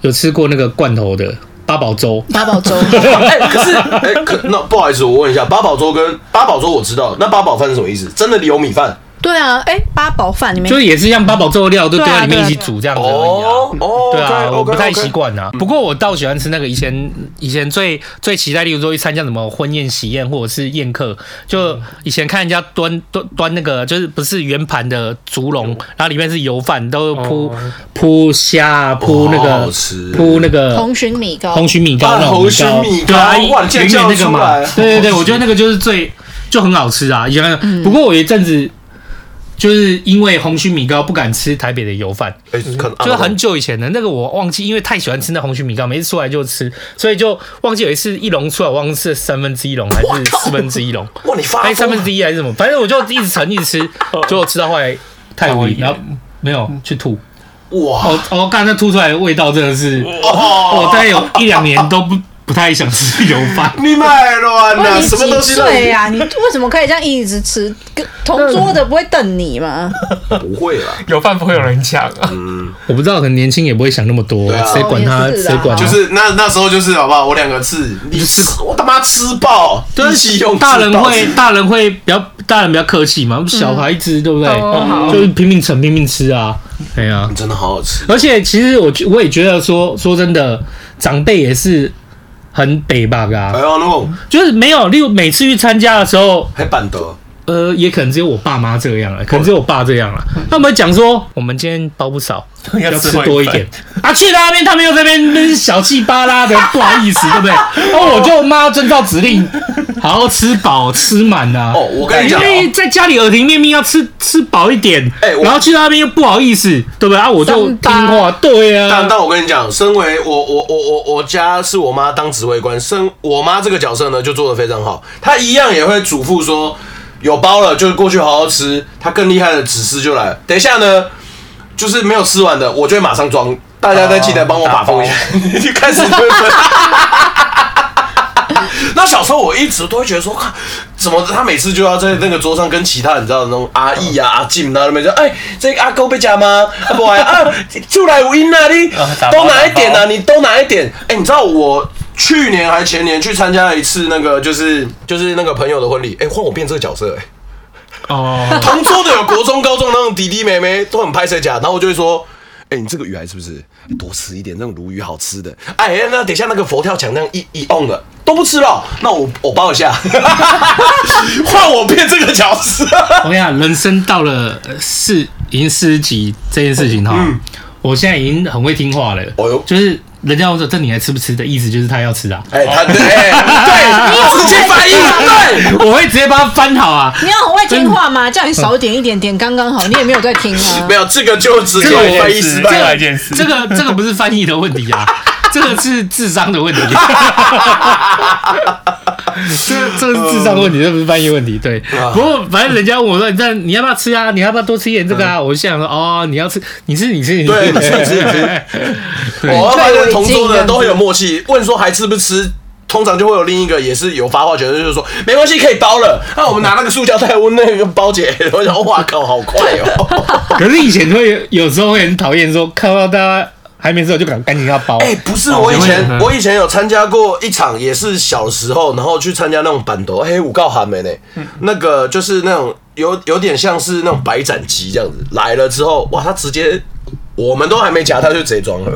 [SPEAKER 5] 有吃过那个罐头的八宝粥，
[SPEAKER 6] 八 宝粥
[SPEAKER 2] 哎、可是哎、可那不好意思，我问一下，八宝粥跟八宝粥我知道，那八宝饭是什么意思？真的有米饭？
[SPEAKER 6] 对啊，哎、八宝饭你没
[SPEAKER 5] 就是也是像八宝粥的料都丢在里
[SPEAKER 6] 对
[SPEAKER 5] 面
[SPEAKER 6] 啊
[SPEAKER 5] 一起煮这样子而已啊。
[SPEAKER 2] 哦
[SPEAKER 5] 对啊，
[SPEAKER 2] OK，OK，OK
[SPEAKER 5] 我不太习惯啊。不过我倒喜欢吃那个以前以前最最期待，例如说去参加什么婚宴、喜宴或者是宴客，就以前看人家端端端那个，就是不是圆盘的竹笼，然后里面是油饭，都铺铺虾啊，铺那
[SPEAKER 2] 好
[SPEAKER 5] 个
[SPEAKER 2] 哦好吃
[SPEAKER 5] 铺那个
[SPEAKER 6] 红鲟米糕，
[SPEAKER 5] 红鲟米糕
[SPEAKER 2] 啊
[SPEAKER 5] 那种
[SPEAKER 2] 红鲟米糕
[SPEAKER 5] 对啊，
[SPEAKER 2] 哇你竟然
[SPEAKER 5] 圆圆那
[SPEAKER 2] 叫
[SPEAKER 5] 个
[SPEAKER 2] 得出
[SPEAKER 5] 嘛
[SPEAKER 2] 来，
[SPEAKER 5] 对对对，
[SPEAKER 2] 好吃
[SPEAKER 5] 我觉得那个就是最就很好吃啊。以前不过我有一阵子。就是因为红鲟米糕不敢吃台北的油饭，
[SPEAKER 2] 哎、可能
[SPEAKER 5] 就是很久以前的那个，我忘记，因为太喜欢吃那红曲米糕，每次出来就吃，所以就忘记有一次一笼出来，我忘记吃了三分之一笼还是四分之一 笼，
[SPEAKER 2] 哇，你发
[SPEAKER 5] 还是三
[SPEAKER 2] 疯
[SPEAKER 5] 分之一还是什么，反正我就一直盛一直吃，结果吃到后来太无
[SPEAKER 2] 嗯
[SPEAKER 5] 力，然后没有去吐，
[SPEAKER 2] 哇！
[SPEAKER 5] 哦哦，刚才那吐出来的味道真的是，我
[SPEAKER 2] 哦，。
[SPEAKER 5] 大概有一两年都不不太想吃油饭
[SPEAKER 2] 你买 乱
[SPEAKER 6] 哇，
[SPEAKER 2] 了，
[SPEAKER 6] 你
[SPEAKER 2] 什么
[SPEAKER 6] 几
[SPEAKER 2] 东西都
[SPEAKER 6] 岁啊？你为什么可以这样一直吃？跟同桌的不会等你 吗？
[SPEAKER 2] 不会啦。
[SPEAKER 3] 有饭不会有人抢 啊！
[SPEAKER 2] 嗯
[SPEAKER 5] 我不知道，可能年轻也不会想那么多
[SPEAKER 2] 对啊，
[SPEAKER 5] 谁管他，
[SPEAKER 6] 哦也是啊
[SPEAKER 5] 谁管他
[SPEAKER 2] 就。是那那时候就是好不好？我两个字，你吃我他妈吃爆，
[SPEAKER 5] 对
[SPEAKER 2] 一起用
[SPEAKER 5] 大人
[SPEAKER 2] 吃爆
[SPEAKER 5] 会大人会比较大人比较客气嘛，小孩子对不对？就是拼命啃拼命吃啊，对啊。
[SPEAKER 2] 真的好好吃。
[SPEAKER 5] 而且其实我觉我也觉得说说真的，长辈也是很北吧
[SPEAKER 2] 哎
[SPEAKER 5] 啊，
[SPEAKER 2] 呦，no，
[SPEAKER 5] 就是没有，例如每次去参加的时候，
[SPEAKER 2] 还板德，
[SPEAKER 5] 呃，也可能只有我爸妈这样了，可能只有我爸这样了。他们会讲说，我们今天包不少，要吃多一点啊。去到那边，他们又在那边那边小气巴 拉的，不好意思，对不对？哦，我就妈遵照指令，好好吃饱吃满啊。
[SPEAKER 2] 哦我跟你讲
[SPEAKER 5] 因为在家里耳提面命要吃吃饱一点，
[SPEAKER 2] 哎我
[SPEAKER 5] 然后去到那边又不好意思，对不对啊？我就
[SPEAKER 6] 三
[SPEAKER 5] 听
[SPEAKER 6] 八
[SPEAKER 5] 话，对
[SPEAKER 2] 但
[SPEAKER 5] 啊。
[SPEAKER 2] 但我跟你讲，身为我我我我我家是我妈当指挥官，身我妈这个角色呢就做的非常好，她一样也会嘱咐说有包了就过去好好吃。她更厉害的指示就来了，等一下呢，就是没有吃完的，我就会马上装。大家再记得帮我把风一下， 就开始推分。 那小时候我一直都会觉得说，看怎么他每次就要在那个桌上跟其他你知道的那种阿姨啊、阿静啊那边说，哎、这个阿公被夹吗？啊不然啊，出来有音啊你
[SPEAKER 3] 啊打，包
[SPEAKER 2] 都哪一点
[SPEAKER 3] 打
[SPEAKER 2] 啊？
[SPEAKER 3] 包
[SPEAKER 2] 你都哪一点？哎、你知道我去年还前年去参加了一次那个就是就是那个朋友的婚礼，哎、换我变这个角色哎、
[SPEAKER 5] 哦，
[SPEAKER 2] 同桌的有国中、高中那种弟弟妹妹都很拍摄假，然后我就会说。哎、你这个鱼还是不是多吃一点？那种鲈鱼好吃的。哎、那等一下那个佛跳墙那样一一 on 的都不吃了，那我我包一下， 换我变这个角色。
[SPEAKER 5] 我跟你讲，人生到了呃四，已经四十几这件事情哈，我现在已经很会听话了。
[SPEAKER 2] 嗯哦哟
[SPEAKER 5] 就是人家问说这你还吃不吃的意思，就是他要吃啊。
[SPEAKER 2] 哎、他对、哎对，直接反应对。
[SPEAKER 5] 我会直接把它翻好啊。
[SPEAKER 6] 你要很会听话
[SPEAKER 2] 嗯
[SPEAKER 6] 吗？叫你少点一点点，刚刚好，你也没有在 听啊
[SPEAKER 2] 没。有这个就直接
[SPEAKER 5] 这个我
[SPEAKER 2] 翻译失败
[SPEAKER 3] 另
[SPEAKER 2] 了。
[SPEAKER 3] 外一件事，
[SPEAKER 5] 这个这个不是翻译的问题 啊，这个是智商的问题。这这个是智商问题，这不是翻译问题。对，
[SPEAKER 2] 啊
[SPEAKER 5] 不过反正人家问我说，你这样你要不要吃啊？你要不要多吃一点这个啊？我就想说，哦，你要吃，你吃你吃你吃
[SPEAKER 2] 嗯对你吃 你吃你吃我发现同桌的都很有默契，问说还吃不吃，通常就会有另一个也是有发话权的，就是说没关系可以包了。啊那我们拿那个塑胶袋问那个包姐， 我想哇靠，好快哦！
[SPEAKER 5] 可是以前会有时候会很讨厌，说看到大家还没吃，我就赶赶紧要包。
[SPEAKER 2] 哎、不是，我以
[SPEAKER 5] 哦
[SPEAKER 2] 前
[SPEAKER 5] 嗯
[SPEAKER 2] 我以前有参加过一场，也是小时候，然后去参加那种板斗，嘿，五告寒梅呢，那个就是那种有有点像是那种白斩鸡这样子，来了之后，哇，他直接我们都还没夹，他就直接装了，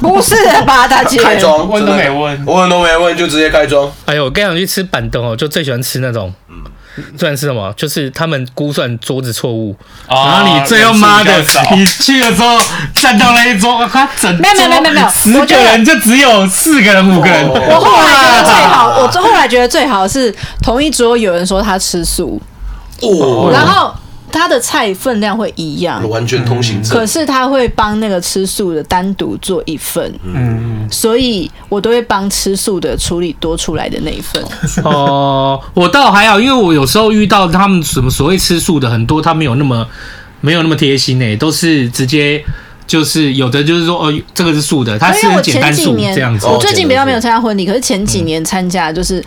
[SPEAKER 6] 不是吧，大姐？
[SPEAKER 2] 开装，
[SPEAKER 3] 问都
[SPEAKER 2] 真的
[SPEAKER 3] 没问
[SPEAKER 2] 问都没问就直接开装。
[SPEAKER 5] 哎呦，我跟你讲，去吃板凳哦，就最喜欢吃那种，最喜欢吃什么？就是他们估算桌子错误，然
[SPEAKER 3] 啊
[SPEAKER 5] 后你最后妈的
[SPEAKER 3] 人数比较，少
[SPEAKER 5] 你去的时候站到那一桌，哇他整
[SPEAKER 6] 没有没有没有没有没有
[SPEAKER 5] 十
[SPEAKER 6] 我觉
[SPEAKER 5] 个
[SPEAKER 6] 得
[SPEAKER 5] 人就只有四个人五个
[SPEAKER 2] 哦
[SPEAKER 5] 人，
[SPEAKER 3] 哦
[SPEAKER 6] 我后来觉得最好，
[SPEAKER 2] 哇
[SPEAKER 6] 我后来觉得最好是同一桌有人说他吃素，
[SPEAKER 2] 哦，
[SPEAKER 6] 然后他的菜分量会一样，
[SPEAKER 2] 完全通行
[SPEAKER 5] 嗯
[SPEAKER 2] 证。
[SPEAKER 6] 可是他会帮那个吃素的单独做一份，
[SPEAKER 3] 嗯，
[SPEAKER 6] 所以我都会帮吃素的处理多出来的那一份。
[SPEAKER 5] 哦，我倒还好，因为我有时候遇到他们什么所谓吃素的，很多他没有那么没有那么贴心诶、都是直接就是有的就是说哦，这个是素的，他
[SPEAKER 6] 因为
[SPEAKER 5] 是
[SPEAKER 6] 我
[SPEAKER 5] 简
[SPEAKER 6] 前
[SPEAKER 5] 单
[SPEAKER 6] 几
[SPEAKER 5] 素
[SPEAKER 6] 年
[SPEAKER 5] 这样子。嗯
[SPEAKER 6] 我
[SPEAKER 2] 哦
[SPEAKER 6] 最近比较没有参加婚礼，可是前几年参加就是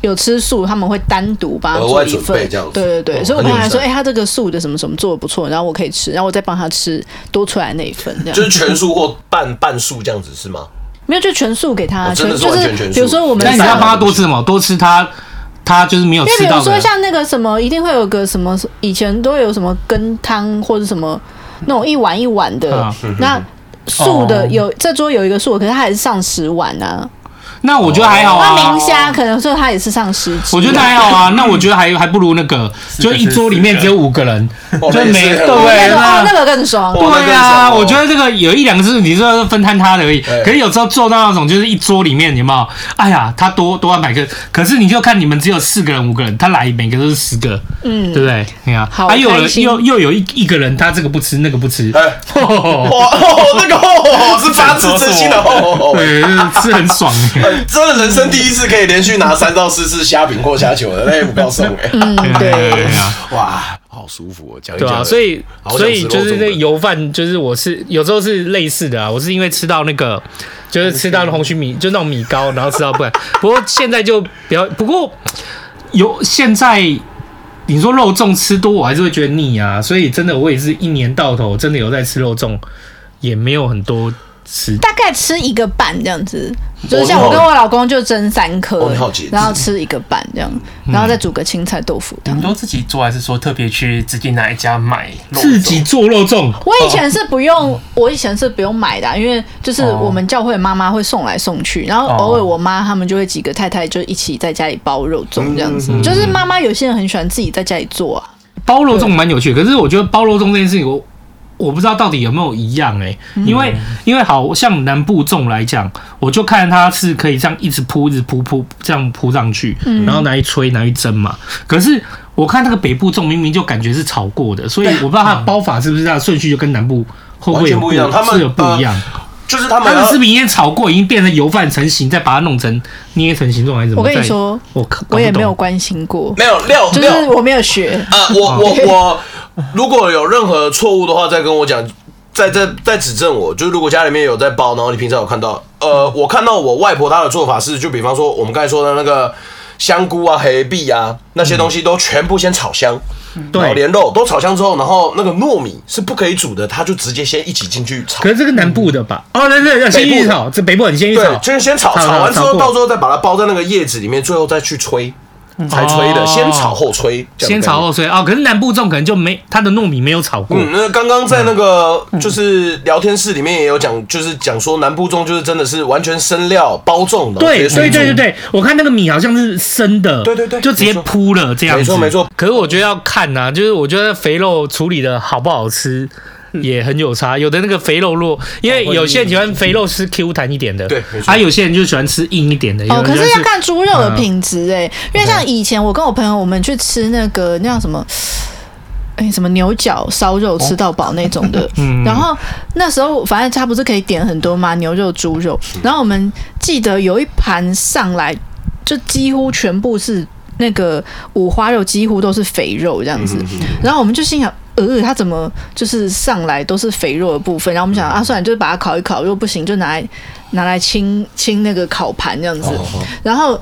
[SPEAKER 6] 有吃素，他们会单独帮他
[SPEAKER 2] 额
[SPEAKER 6] 做
[SPEAKER 2] 外
[SPEAKER 6] 一
[SPEAKER 2] 准
[SPEAKER 6] 份
[SPEAKER 2] 备这样，子
[SPEAKER 6] 对对对，
[SPEAKER 2] 哦
[SPEAKER 6] 所以我
[SPEAKER 2] 很
[SPEAKER 6] 朋
[SPEAKER 2] 友
[SPEAKER 6] 友还说，
[SPEAKER 2] 善
[SPEAKER 6] 哎，他这个素的什么什么做的不错，然后我可以吃，然后我再帮他吃多出来那一份，这样
[SPEAKER 4] 就是全数或半半数这样子是 吗？
[SPEAKER 6] 没有就全素给他，
[SPEAKER 2] 哦真的是
[SPEAKER 6] 就
[SPEAKER 2] 完
[SPEAKER 6] 是
[SPEAKER 2] 全全素
[SPEAKER 6] 比如说我们
[SPEAKER 5] 但你
[SPEAKER 6] 上
[SPEAKER 5] 要帮他多吃什么？多吃他，他就是没有
[SPEAKER 6] 因为
[SPEAKER 5] 吃
[SPEAKER 6] 比如
[SPEAKER 5] 到
[SPEAKER 6] 说
[SPEAKER 5] 的。
[SPEAKER 6] 像那个什么，一定会有个什么，以前都会有什么羹汤或者什么那种一碗一碗的，
[SPEAKER 5] 啊
[SPEAKER 2] 嗯
[SPEAKER 6] 那素的
[SPEAKER 5] 哦
[SPEAKER 6] 有、这桌有一个素的，可是它还是上十碗啊。
[SPEAKER 5] 那我觉得还好
[SPEAKER 6] 那
[SPEAKER 5] 啊。
[SPEAKER 6] 明虾可能说它也是上十只，
[SPEAKER 5] 我觉得还好 啊，那我觉得还还不如那个，就一桌里面只有五个人，
[SPEAKER 2] 哦
[SPEAKER 5] 就
[SPEAKER 2] 那也
[SPEAKER 5] 每
[SPEAKER 2] 是
[SPEAKER 5] 对
[SPEAKER 2] 很
[SPEAKER 5] 不
[SPEAKER 2] 好
[SPEAKER 5] 对？
[SPEAKER 6] 那个哦，那
[SPEAKER 5] 那
[SPEAKER 6] 个更爽。
[SPEAKER 2] 哇那
[SPEAKER 5] 对
[SPEAKER 2] 更
[SPEAKER 5] 啊，
[SPEAKER 2] 爽哦
[SPEAKER 5] 我觉得这个有一两个是你是要分摊他的而已，
[SPEAKER 2] 对
[SPEAKER 5] 可是有时候做到那种就是一桌里面有没有？哎呀，他多多安排个，可是你就看你们只有四个人、五个人，他来每个都是十个，
[SPEAKER 6] 嗯
[SPEAKER 5] 对不对？你看，
[SPEAKER 6] 好
[SPEAKER 5] 还有
[SPEAKER 6] 开
[SPEAKER 5] 人
[SPEAKER 6] 心
[SPEAKER 5] 又又有一一个人他这个不吃那个不吃，
[SPEAKER 2] 哎哇，哦那个哦 是发自真心的哦，哎
[SPEAKER 5] 对，是很爽欸。
[SPEAKER 2] 真的人生第一次可以连续拿三到四次虾饼或虾球的，那也不告诉哎，
[SPEAKER 6] 嗯，对。
[SPEAKER 5] 啊。
[SPEAKER 2] 哇，好舒服哦，讲一
[SPEAKER 5] 对
[SPEAKER 2] 讲
[SPEAKER 5] 啊，
[SPEAKER 2] 的，
[SPEAKER 5] 所以
[SPEAKER 2] 好想
[SPEAKER 5] 所以
[SPEAKER 2] 吃肉
[SPEAKER 5] 就
[SPEAKER 2] 粽
[SPEAKER 5] 是那
[SPEAKER 2] 的
[SPEAKER 5] 油饭，就是我是有时候是类似的啊，我是因为吃到那个，就是吃到红曲米，就那种米糕，然后吃到不敢。 不过现在就比较，不过有现在你说肉粽吃多，我还是会觉得腻啊。所以真的，我也是一年到头真的有在吃肉粽，也没有很多吃。
[SPEAKER 6] 大概吃一个半这样子，就是像
[SPEAKER 2] 哦
[SPEAKER 6] 我跟我老公就蒸三颗
[SPEAKER 2] 哦你好节制，
[SPEAKER 6] 然后吃一个半这样，
[SPEAKER 5] 嗯
[SPEAKER 6] 然后再煮个青菜豆腐
[SPEAKER 3] 你
[SPEAKER 6] 汤
[SPEAKER 3] 们。都自己做还是说特别去自己哪一家买肉粽？
[SPEAKER 5] 自己做肉粽，
[SPEAKER 6] 我以前是不用，
[SPEAKER 5] 哦
[SPEAKER 6] 我以前是不用买的啊、因为就是我们教会妈妈会送来送去，然后
[SPEAKER 5] 哦
[SPEAKER 6] 偶尔我妈他们就会几个太太就一起在家里包肉粽这样子。
[SPEAKER 5] 嗯
[SPEAKER 6] 就是妈妈有些人很喜欢自己在家里做啊，
[SPEAKER 5] 包肉粽蛮有趣的，可是我觉得包肉粽这件事情我，我不知道到底有没有一样哎、
[SPEAKER 6] 嗯
[SPEAKER 5] 因为因为好像南部粽来讲，我就看它是可以这样一直铺，一直铺铺这样铺上去，
[SPEAKER 6] 嗯
[SPEAKER 5] 然后拿去吹，拿去蒸嘛。可是我看那个北部粽明明就感觉是炒过的，所以我不知道它的包法是不是它的顺序就跟南部会不会有
[SPEAKER 2] 完全不一样他们
[SPEAKER 5] 是有不一样？
[SPEAKER 2] 就是他
[SPEAKER 5] 他
[SPEAKER 2] 们
[SPEAKER 5] 们是不是已经炒过，已经变成油饭成型，再把它弄成捏成形状还是怎么？
[SPEAKER 6] 我跟你
[SPEAKER 5] 再，
[SPEAKER 6] 说，
[SPEAKER 5] 我搞
[SPEAKER 6] 我也没
[SPEAKER 5] 搞不
[SPEAKER 6] 有
[SPEAKER 5] 懂
[SPEAKER 6] 关心过，
[SPEAKER 2] 没有料
[SPEAKER 6] 就
[SPEAKER 2] 料
[SPEAKER 6] 是我没有学。
[SPEAKER 2] 啊，我我我，如果有任何错误的话，再跟我讲，再再再指正我。就是如果家里面有在包，然后你平常有看到，呃，我看到我外婆她的做法是，就比方说我们刚才说的那个香菇啊、黑碧啊那些东西，都全部先炒香。然后
[SPEAKER 5] 嗯对。
[SPEAKER 2] 连肉都炒香之后，然后那个糯米是不可以煮的，它就直接先一起进去炒
[SPEAKER 5] 可。是这个南部的吧？
[SPEAKER 2] 嗯
[SPEAKER 5] 哦，对对，对先
[SPEAKER 2] 北部
[SPEAKER 5] 预炒，这北部很先预
[SPEAKER 2] 对
[SPEAKER 5] 炒，，
[SPEAKER 2] 就是先炒，
[SPEAKER 5] 炒
[SPEAKER 2] 炒完之后
[SPEAKER 5] 过
[SPEAKER 2] 到最后再把它包在那个叶子里面，最后再去吹，才吹的，
[SPEAKER 5] 哦
[SPEAKER 2] 先炒后吹，这样的
[SPEAKER 5] 先
[SPEAKER 2] 概
[SPEAKER 5] 炒
[SPEAKER 2] 念
[SPEAKER 5] 后。吹啊、哦可是南部粽可能就没它的糯米没有炒过，
[SPEAKER 2] 嗯，那刚刚在那个
[SPEAKER 5] 嗯
[SPEAKER 2] 就是聊天室里面也有讲，就是讲说南部粽就是真的是完全生料包粽的，
[SPEAKER 5] 对
[SPEAKER 2] 所
[SPEAKER 5] 对
[SPEAKER 2] 以
[SPEAKER 5] 对对对，我看那个米好像是生的，
[SPEAKER 2] 对对对
[SPEAKER 5] 就直接铺了这样子，
[SPEAKER 2] 没错没错。
[SPEAKER 5] 可是我觉得要看呐、就是我觉得肥肉处理的好不好吃。
[SPEAKER 2] 嗯
[SPEAKER 5] 也很有差，有的那个肥肉弱，因
[SPEAKER 2] 哦
[SPEAKER 5] 为有些人喜欢肥肉吃 Q 弹一点的，
[SPEAKER 2] 对没错
[SPEAKER 5] 啊，有些人就喜欢吃硬一点的，
[SPEAKER 6] 哦，
[SPEAKER 5] 有人
[SPEAKER 6] 可
[SPEAKER 5] 就是嗯
[SPEAKER 6] 要看猪肉的品质哎、因为像以前我跟我朋友我们去吃那个那叫什么。哎，什么牛角烧肉吃到饱那种
[SPEAKER 5] 哦
[SPEAKER 6] 的，
[SPEAKER 5] 嗯
[SPEAKER 6] 然后那时候反正他不是可以点很多吗？牛肉、猪肉，然后我们记得有一盘上来就几乎全部是那个五花肉，几乎都是肥肉这样
[SPEAKER 2] 嗯
[SPEAKER 6] 子，然后我们就心想。呃，它怎么就是上来都是肥肉的部分？然后我们想
[SPEAKER 2] 嗯
[SPEAKER 6] 啊，算了，就是把它烤一烤，如果不行就拿来拿来清清那个烤盘这样
[SPEAKER 2] 哦
[SPEAKER 6] 子。然后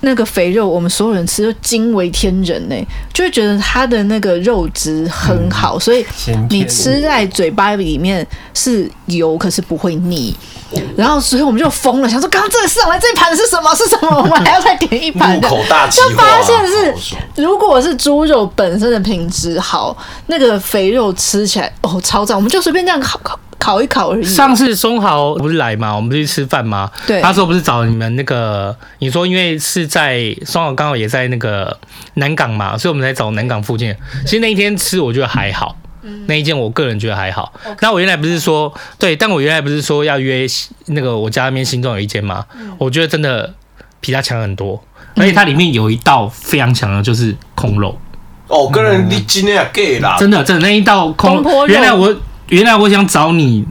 [SPEAKER 6] 那个肥肉，我们所有人吃就惊为天人呢、就会觉得它的那个肉质很好，
[SPEAKER 2] 嗯
[SPEAKER 6] 所以
[SPEAKER 3] 咸
[SPEAKER 6] 你
[SPEAKER 3] 甜
[SPEAKER 6] 吃在嘴巴里面是油，可是不会腻。
[SPEAKER 2] 哦
[SPEAKER 6] 然后，所以我们就疯了，想说刚刚这上来这一盘是什么？是什么？我们还要再点一盘
[SPEAKER 2] 入
[SPEAKER 6] 的。
[SPEAKER 2] 口大吉
[SPEAKER 6] 就
[SPEAKER 2] 化
[SPEAKER 6] 发
[SPEAKER 2] 啊，
[SPEAKER 6] 现
[SPEAKER 2] 好
[SPEAKER 6] 是
[SPEAKER 2] 爽，
[SPEAKER 6] 如果是猪肉本身的品质好，那个肥肉吃起来哦超赞，我们就随便这样烤烤烤一烤而已。啊
[SPEAKER 5] 上次松豪不是来嘛，我们不是去吃饭吗？
[SPEAKER 6] 对
[SPEAKER 5] 他说不是找你们那个，你说因为是在松豪刚好也在那个南港嘛，所以我们才找南港附近。其实那一天吃我觉得还好，
[SPEAKER 6] 嗯
[SPEAKER 5] 那一间我个人觉得还好。那我原来不是说对，但我原来不是说要约那个我家那边新庄有一间嘛，
[SPEAKER 6] 嗯
[SPEAKER 5] 我觉得真的比他强很多，而且它里面有一道非常强的就是空肉。
[SPEAKER 2] 哦，个人你今天也 gay 啦，
[SPEAKER 5] 真的，真的那一道空
[SPEAKER 6] 东坡，肉
[SPEAKER 5] 原来我原来我想找你，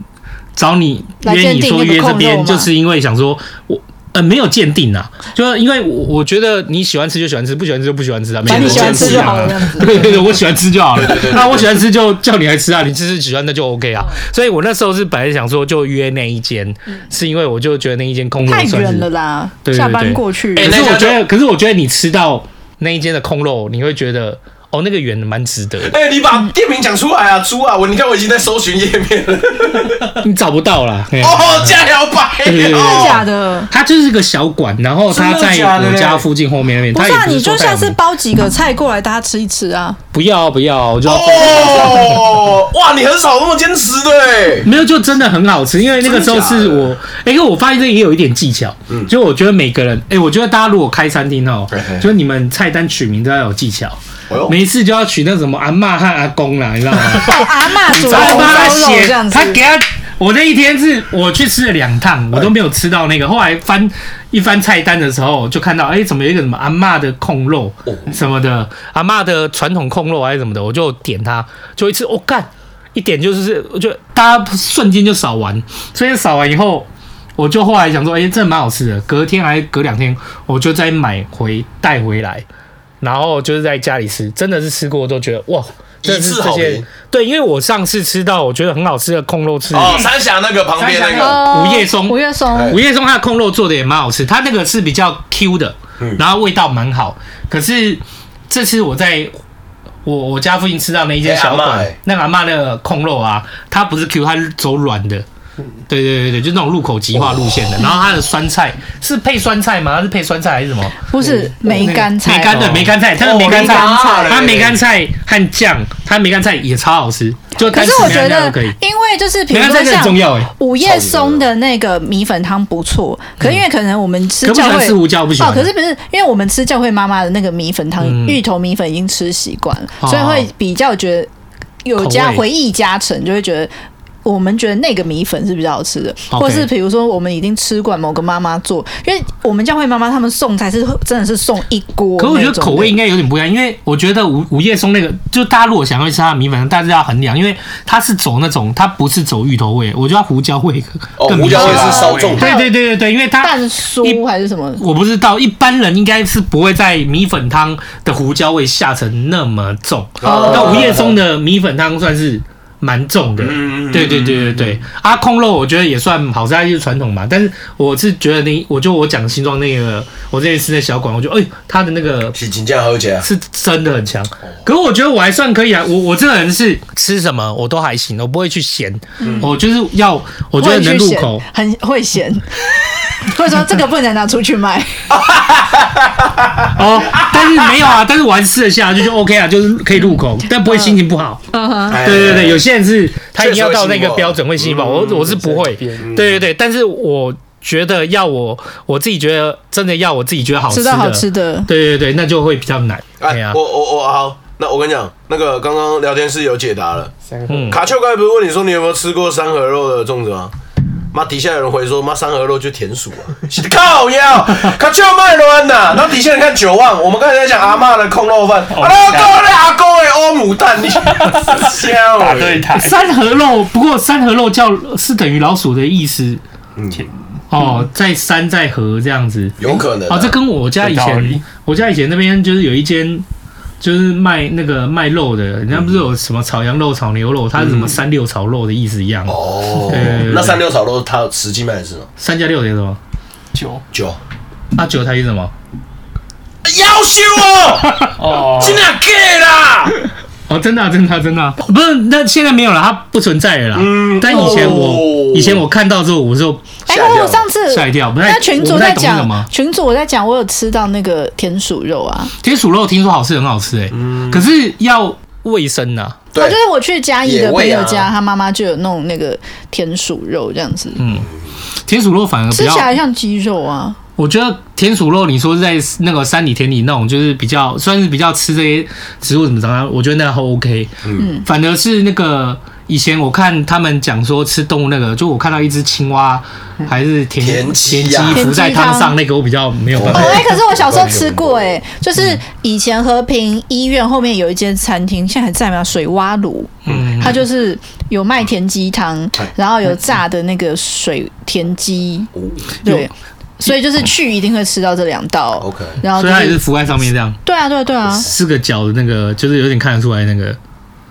[SPEAKER 5] 找你
[SPEAKER 6] 来
[SPEAKER 5] 约
[SPEAKER 6] 鉴
[SPEAKER 5] 你
[SPEAKER 6] 定
[SPEAKER 5] 说
[SPEAKER 6] 那个
[SPEAKER 5] 约这
[SPEAKER 6] 控肉
[SPEAKER 5] 边，
[SPEAKER 6] 吗
[SPEAKER 5] 就是因为想说我呃，没有鉴定啊，就是因为我我觉得你喜欢吃就喜欢吃，不喜欢吃就不喜欢吃啊，每
[SPEAKER 6] 反
[SPEAKER 5] 个人
[SPEAKER 6] 正你喜欢
[SPEAKER 5] 坚持
[SPEAKER 6] 吃就
[SPEAKER 5] 啊
[SPEAKER 6] 好了，这样子。
[SPEAKER 5] 对对对，我喜欢吃就好 了。那我喜欢吃就叫你来吃啊，你吃是喜欢那就 OK 啊。所以我那时候是本来想说就约那一间，是因为我就觉得那一间空肉
[SPEAKER 6] 太
[SPEAKER 5] 算
[SPEAKER 6] 远了
[SPEAKER 5] 是。哎
[SPEAKER 6] 啦，
[SPEAKER 5] 对对对
[SPEAKER 6] 下班过去。
[SPEAKER 5] 可
[SPEAKER 2] 那
[SPEAKER 5] 是
[SPEAKER 2] 一家
[SPEAKER 5] 我觉
[SPEAKER 2] 就
[SPEAKER 5] 得，可是我觉得你吃到那一间的空肉，你会觉得哦，那个远蛮值得的，
[SPEAKER 2] 哎、你把店名讲出来啊，猪啊！我你看我已经在搜寻页面了。
[SPEAKER 5] 你找不到啦。嘿
[SPEAKER 2] 哦，加摇摆
[SPEAKER 5] 嗯对
[SPEAKER 6] 真的
[SPEAKER 2] 哦，
[SPEAKER 6] 假的？
[SPEAKER 5] 它就是个小馆，然后它在
[SPEAKER 2] 真的假的
[SPEAKER 5] 我家附近后面那边。
[SPEAKER 6] 不是啊，
[SPEAKER 5] 它也
[SPEAKER 6] 你
[SPEAKER 5] 说
[SPEAKER 6] 就
[SPEAKER 5] 太
[SPEAKER 6] 下
[SPEAKER 5] 有
[SPEAKER 6] 次
[SPEAKER 5] 名
[SPEAKER 6] 包几个菜过来，大家吃一吃啊。
[SPEAKER 5] 不要不要，我就要
[SPEAKER 2] 哦，哇，你很少那么坚持的哎。
[SPEAKER 5] 没有，就真的很好吃，因为那个时候是我，哎、因为我发现这也有一点技巧，就我觉得每个人，哎、我觉得大家如果开餐厅哦
[SPEAKER 2] 嗯嘿嘿，
[SPEAKER 5] 就是你们菜单取名都要有技巧，
[SPEAKER 2] 哎呦
[SPEAKER 5] 每一次就要取那什么阿嬷和阿公啦，你 知道吗？
[SPEAKER 6] 带阿嬷煮
[SPEAKER 5] 然后
[SPEAKER 6] 红
[SPEAKER 5] 帮他
[SPEAKER 6] 烧肉
[SPEAKER 5] 写
[SPEAKER 6] 这样，子
[SPEAKER 5] 他。给他，我那一天是我去吃了两趟，我都没有吃到那个，后来翻一翻菜单的时候，就看到哎、诶怎么有一个什么阿嬷的控肉
[SPEAKER 6] 哦
[SPEAKER 5] 什么的，阿嬷的传统控肉还是什么的，我就点它，就一吃，我、哦、干，一点就是，我就大家瞬间就扫完，所以扫完以后。我就后来想说，哎、这蛮好吃的。隔天还隔两天，我就再买回带回来，然后就是在家里吃，真的是吃过都觉得哇，真的
[SPEAKER 4] 一
[SPEAKER 5] 是
[SPEAKER 4] 次
[SPEAKER 5] 这
[SPEAKER 4] 好
[SPEAKER 5] 些
[SPEAKER 4] 评
[SPEAKER 5] 对，因为我上次吃到我觉得很好吃的控肉翅，
[SPEAKER 2] 哦，三峡那个旁边那
[SPEAKER 5] 三峡
[SPEAKER 2] 个
[SPEAKER 5] 那个，
[SPEAKER 6] 哦
[SPEAKER 5] 午夜松
[SPEAKER 6] 午夜松，
[SPEAKER 5] 午夜中它的控肉做的也蛮好吃，它那个是比较 Q 的，
[SPEAKER 2] 嗯
[SPEAKER 5] 然后味道蛮好。可是这次我在我我家附近吃到那一间
[SPEAKER 4] 哎
[SPEAKER 5] 小
[SPEAKER 4] 阿
[SPEAKER 5] 馆，
[SPEAKER 4] 嬷哎
[SPEAKER 5] 那个阿嬷那个控肉啊，它不是 Q，它是走软的。
[SPEAKER 2] 嗯
[SPEAKER 5] 对对对对，就那种入口即化路线的。然后它的酸菜是配酸菜吗？它是配酸菜还是什么？哦
[SPEAKER 6] 不是梅干菜，
[SPEAKER 5] 哎
[SPEAKER 6] 哦
[SPEAKER 5] 梅干对梅干菜，它的梅干菜，
[SPEAKER 2] 哦哦梅干菜
[SPEAKER 5] 它梅干菜和酱，它梅干菜也超好吃，就
[SPEAKER 6] 可
[SPEAKER 5] 单
[SPEAKER 6] 是
[SPEAKER 5] 吃
[SPEAKER 6] 我
[SPEAKER 5] 梅
[SPEAKER 6] 觉
[SPEAKER 5] 干菜
[SPEAKER 6] 得
[SPEAKER 5] 都可以。，
[SPEAKER 6] 因为就是比
[SPEAKER 5] 梅
[SPEAKER 6] 如
[SPEAKER 5] 干
[SPEAKER 6] 说
[SPEAKER 5] 菜真的很重
[SPEAKER 6] 像
[SPEAKER 4] 欸
[SPEAKER 5] 要哎，
[SPEAKER 6] 午夜松的那个米粉汤不错，可
[SPEAKER 5] 嗯
[SPEAKER 6] 因为可能我们吃
[SPEAKER 5] 可不喜
[SPEAKER 6] 教
[SPEAKER 5] 欢
[SPEAKER 6] 会
[SPEAKER 5] 吃胡椒，不喜欢。
[SPEAKER 6] 哦，可是不是因为我们吃教会妈妈的那个米粉汤，
[SPEAKER 5] 嗯
[SPEAKER 6] 芋头米粉已经吃习惯了，
[SPEAKER 5] 哦
[SPEAKER 6] 所以会比较觉得有加
[SPEAKER 5] 口味
[SPEAKER 6] 回忆加成，就会觉得。我们觉得那个米粉是比较好吃的，
[SPEAKER 5] OK
[SPEAKER 6] 或者是比如说我们已经吃惯某个妈妈做，因为我们教会妈妈他们送菜是真的是送一锅那种的。
[SPEAKER 5] 可我觉得口味应该有点不一样，因为我觉得午午夜松那个，就大家如果想要吃它的米粉，大家要衡量，因为它是走那种，它不是走芋头味，我觉得它胡椒味
[SPEAKER 4] 哦，
[SPEAKER 5] 更啊
[SPEAKER 4] 胡椒味
[SPEAKER 5] 明显
[SPEAKER 4] 是稍重的，
[SPEAKER 5] 对对对对对，因为它
[SPEAKER 6] 蛋酥还是什么？
[SPEAKER 5] 我不知道，一般人应该是不会在米粉汤的胡椒味下成那么重。
[SPEAKER 6] 哦
[SPEAKER 5] 那午夜松的米粉汤算是蛮重的，
[SPEAKER 2] 嗯
[SPEAKER 5] 对对对对对。阿、空肉我觉得也算好吃，它就是传统嘛。但是我是觉得那，我就我讲新庄那个，我之前吃那小馆，我觉得哎、它的那个
[SPEAKER 4] 是请假喝起
[SPEAKER 2] 啊
[SPEAKER 4] 来。
[SPEAKER 5] 是真的很强。可是我觉得我还算可以啊，我我这个人是吃什么我都还行，我不会去咸，我就是要我
[SPEAKER 6] 我
[SPEAKER 5] 觉得能入口。，
[SPEAKER 6] 很会咸， 或者说这个不能拿出去卖。
[SPEAKER 5] 哦，但是没有啊，但是我还是吃得下，就就 OK 啊，就是可以入口，
[SPEAKER 6] 嗯
[SPEAKER 5] 但不会心情不好。
[SPEAKER 2] 哎
[SPEAKER 5] 啊对对对，有些人是他一定要
[SPEAKER 4] 确实
[SPEAKER 5] 到
[SPEAKER 4] 会
[SPEAKER 5] 那
[SPEAKER 4] 心情
[SPEAKER 5] 个
[SPEAKER 4] 不好嗯
[SPEAKER 5] 标准会心情不好，我我是不会。
[SPEAKER 6] 嗯
[SPEAKER 5] 对对对，但是我觉得要我我自己觉得真的要我自己觉得好
[SPEAKER 6] 吃
[SPEAKER 5] 吃
[SPEAKER 6] 到
[SPEAKER 5] 的，
[SPEAKER 6] 好吃的，
[SPEAKER 5] 对对对，那就会比较难。对
[SPEAKER 2] 哎
[SPEAKER 5] 啊，
[SPEAKER 2] 我我我好，那我跟你讲，那个刚刚聊天室有解答了。
[SPEAKER 5] 嗯，
[SPEAKER 2] 卡丘刚才不是问你说你有没有吃过三合肉的粽子吗？妈，底下有人回说，妈三合肉就田鼠啊， 靠腰，卡丘卖乱呐。然后底下人看九万，我们刚才在讲阿嬷的空肉饭，阿拉高嘞阿公的欧姆蛋，你笑
[SPEAKER 3] 打
[SPEAKER 2] 欸
[SPEAKER 3] 对台，
[SPEAKER 5] 哎三合肉，不过三合肉叫是等于老鼠的意思。
[SPEAKER 6] 嗯
[SPEAKER 5] 哦，在山在河这样子。
[SPEAKER 4] 有可能啊
[SPEAKER 5] 哦，这跟我家以
[SPEAKER 3] 有道理
[SPEAKER 5] 前，我家以前那边就是有一间，就是卖那个卖肉的，人家不是有什么炒羊肉、炒牛肉，它是什么三六炒肉的意思一样。
[SPEAKER 4] 哦
[SPEAKER 5] 对对对，
[SPEAKER 4] 那三六炒肉它实际卖的是什么？
[SPEAKER 5] 三加六等于什么？
[SPEAKER 3] 九
[SPEAKER 4] 九
[SPEAKER 5] 啊，九台语什么？
[SPEAKER 2] 要修哦，
[SPEAKER 3] 哦，
[SPEAKER 2] 真的假啦？
[SPEAKER 5] 哦，真的、啊，真的、啊，真的、啊，不是，那现在没有了，它不存在了啦。
[SPEAKER 2] 嗯
[SPEAKER 5] 但以前我、
[SPEAKER 2] 哦
[SPEAKER 5] 以前我看到之后，我就
[SPEAKER 6] 哎，
[SPEAKER 2] 吓一跳
[SPEAKER 6] 我上次
[SPEAKER 5] 吓一跳不太
[SPEAKER 6] 那群
[SPEAKER 5] 我
[SPEAKER 6] 主
[SPEAKER 5] 不太
[SPEAKER 6] 在
[SPEAKER 5] 懂是什么
[SPEAKER 6] 讲，群主我在讲，我有吃到那个田鼠肉啊，
[SPEAKER 5] 其实鼠肉听说好吃，很好吃哎、可是要卫生啊呐、
[SPEAKER 6] 我
[SPEAKER 2] 哎
[SPEAKER 4] 对
[SPEAKER 6] 就，是我去嘉义的
[SPEAKER 4] 野
[SPEAKER 6] 朋
[SPEAKER 4] 味啊
[SPEAKER 6] 友家，他妈妈就有弄那个田鼠肉这样子，
[SPEAKER 5] 田鼠肉反而比
[SPEAKER 6] 吃
[SPEAKER 5] 较
[SPEAKER 6] 起来像鸡肉啊，
[SPEAKER 5] 我觉得田鼠肉，你说是在那个山里田里那种，就是比较算是比较吃这些植物怎么长大，我觉得那还 OK。嗯，反而是那个以前我看他们讲说吃动物那个，就我看到一只青蛙还是田
[SPEAKER 4] 田鸡
[SPEAKER 5] 鸡
[SPEAKER 4] 啊
[SPEAKER 5] 浮在汤上那个，我比较没有办
[SPEAKER 6] 哦，
[SPEAKER 5] 法。
[SPEAKER 6] 哎、可是我小时候吃过、哎，就是以前和平医院后面有一间餐厅，现在还在吗？水蛙炉，嗯，它就是有卖田鸡汤，然后有炸的那个水田鸡，对，所以就是去一定会吃到这两道。
[SPEAKER 2] 哦
[SPEAKER 4] OK
[SPEAKER 6] 然后、就
[SPEAKER 5] 所以它也是浮在上面这样，
[SPEAKER 6] 对啊，对啊对啊，
[SPEAKER 5] 四个角的那个，就是有点看得出来那个。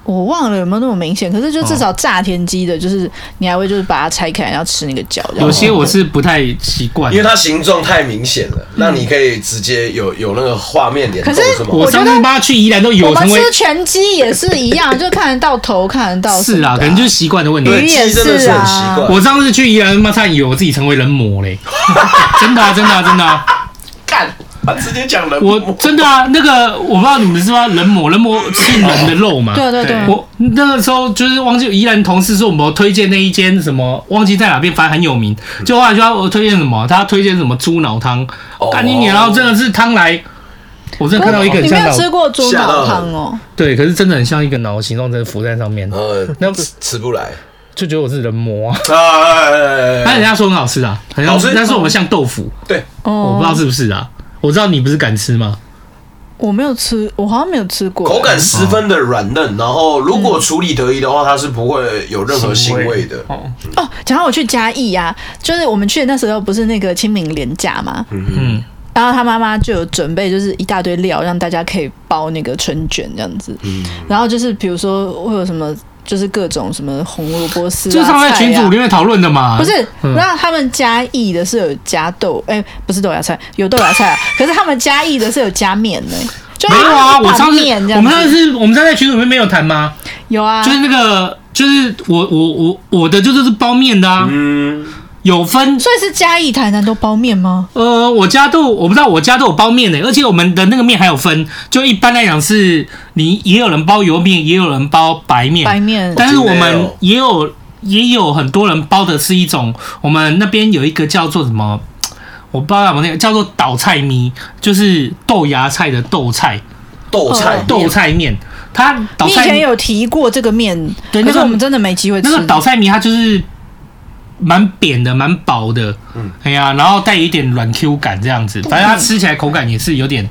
[SPEAKER 6] 我忘了有没有那么明显，可是就至
[SPEAKER 5] 哦
[SPEAKER 6] 少炸天鸡的，就是你还会就是把它拆开，然后吃那个脚。这样
[SPEAKER 5] 有些我是不太习惯
[SPEAKER 4] 因为，它形状太明显
[SPEAKER 2] 嗯
[SPEAKER 4] 了，那你可以直接有有那个画面联动
[SPEAKER 6] 可是
[SPEAKER 4] 是吗？
[SPEAKER 5] 我上次妈去宜兰都有
[SPEAKER 6] 我们
[SPEAKER 5] 成为
[SPEAKER 6] 吃全鸡也是一样，就看得到头，看得 到
[SPEAKER 5] 是啊，可能就是是习惯的问题。
[SPEAKER 4] 对
[SPEAKER 6] 鱼也
[SPEAKER 4] 鸡真的
[SPEAKER 6] 是
[SPEAKER 4] 是
[SPEAKER 6] 啊
[SPEAKER 4] 很习惯。
[SPEAKER 5] 我上次去宜兰妈差点有我自己成为人魔嘞， 真的啊、真的啊、真的啊、
[SPEAKER 2] 干，他直接讲人
[SPEAKER 5] 我
[SPEAKER 2] 不
[SPEAKER 5] 真的啊，那个我不知道你们知不知道人魔，人魔是人的肉嘛？
[SPEAKER 6] 对对对，
[SPEAKER 5] 我那个时候就是忘记宜兰同事说我们推荐那一间什么，忘记在哪边，反正很有名。就后来就要我推荐什么，他推荐什么猪脑汤，干你娘！然后真的是汤来，我真的看到一个很
[SPEAKER 6] 你没
[SPEAKER 5] 像
[SPEAKER 6] 有
[SPEAKER 5] 脑，
[SPEAKER 6] 吃过猪
[SPEAKER 4] 吓到
[SPEAKER 6] 脑
[SPEAKER 4] 了
[SPEAKER 6] 汤哦？
[SPEAKER 5] 对，可是真的很像一个脑，形状真的浮在上面，
[SPEAKER 4] 呃，
[SPEAKER 5] 那
[SPEAKER 4] 吃吃不来，
[SPEAKER 5] 就觉得我是人魔啊。但人
[SPEAKER 2] 哎，
[SPEAKER 5] 家说很好吃啊，很
[SPEAKER 2] 好
[SPEAKER 5] 像
[SPEAKER 2] 吃，
[SPEAKER 5] 但是我们像豆腐，我不知道
[SPEAKER 6] 哦，
[SPEAKER 5] 是不是啊。我知道你不是敢吃吗？
[SPEAKER 6] 我没有吃，我好像没有吃过。
[SPEAKER 4] 口感十分的软嫩，然后如果处理得宜的话，它是不会有任何腥味的。
[SPEAKER 3] 哦，
[SPEAKER 6] 哦，讲到我去嘉义啊，就是我们去的那时候不是那个清明连假嘛，
[SPEAKER 5] 嗯，
[SPEAKER 6] 然后他妈妈就有准备，就是一大堆料，让大家可以包那个春卷这样子。然后就是比如说会有什么，就是各种什么红萝卜丝、啊，
[SPEAKER 5] 就是他们在群
[SPEAKER 6] 菜啊
[SPEAKER 5] 组里面讨论的嘛。
[SPEAKER 6] 不是，
[SPEAKER 5] 嗯
[SPEAKER 6] 那他们嘉义的是有加豆，哎、不是豆芽菜，有豆芽菜、 啊，可是他们嘉义的是有加面的、就
[SPEAKER 5] 没有啊，
[SPEAKER 6] 他们
[SPEAKER 5] 我
[SPEAKER 6] 是
[SPEAKER 5] 上
[SPEAKER 6] 拌
[SPEAKER 5] 次
[SPEAKER 6] 面这
[SPEAKER 5] 我
[SPEAKER 6] 样
[SPEAKER 5] 们上
[SPEAKER 6] 子，
[SPEAKER 5] 次我们上次在群组里面没有谈吗？
[SPEAKER 6] 有啊，
[SPEAKER 5] 就是那个，就是我我我我的就是包面的啊，
[SPEAKER 2] 嗯，
[SPEAKER 5] 有分。
[SPEAKER 6] 所以是嘉义、台南都包面吗？
[SPEAKER 5] 呃，我家都有我不知道，我家都有包面的，而且我们的那个面还有分，就一般来讲是你也有人包油面，也有人包白面，
[SPEAKER 6] 白面
[SPEAKER 5] 但是我
[SPEAKER 4] 真的
[SPEAKER 5] 们
[SPEAKER 4] 哦
[SPEAKER 5] 也有也有很多人包的是一种，我们那边有一个叫做什么，我不知道怎么那个叫做倒菜咪，就是豆芽菜的豆菜
[SPEAKER 4] 豆菜
[SPEAKER 6] 哦
[SPEAKER 2] 嗯
[SPEAKER 4] 豆
[SPEAKER 5] 豆菜面，它倒
[SPEAKER 6] 你以
[SPEAKER 5] 菜
[SPEAKER 6] 前
[SPEAKER 5] 咪
[SPEAKER 6] 有提过这个面，
[SPEAKER 5] 对
[SPEAKER 6] 可
[SPEAKER 5] 那
[SPEAKER 6] 是
[SPEAKER 5] 个
[SPEAKER 6] 我们真的没机会吃。
[SPEAKER 5] 那个倒菜米它就是蛮扁的，蛮薄的，嗯，哎呀，然后带一点软 Q 感这样子，反正它吃起来口感也是有点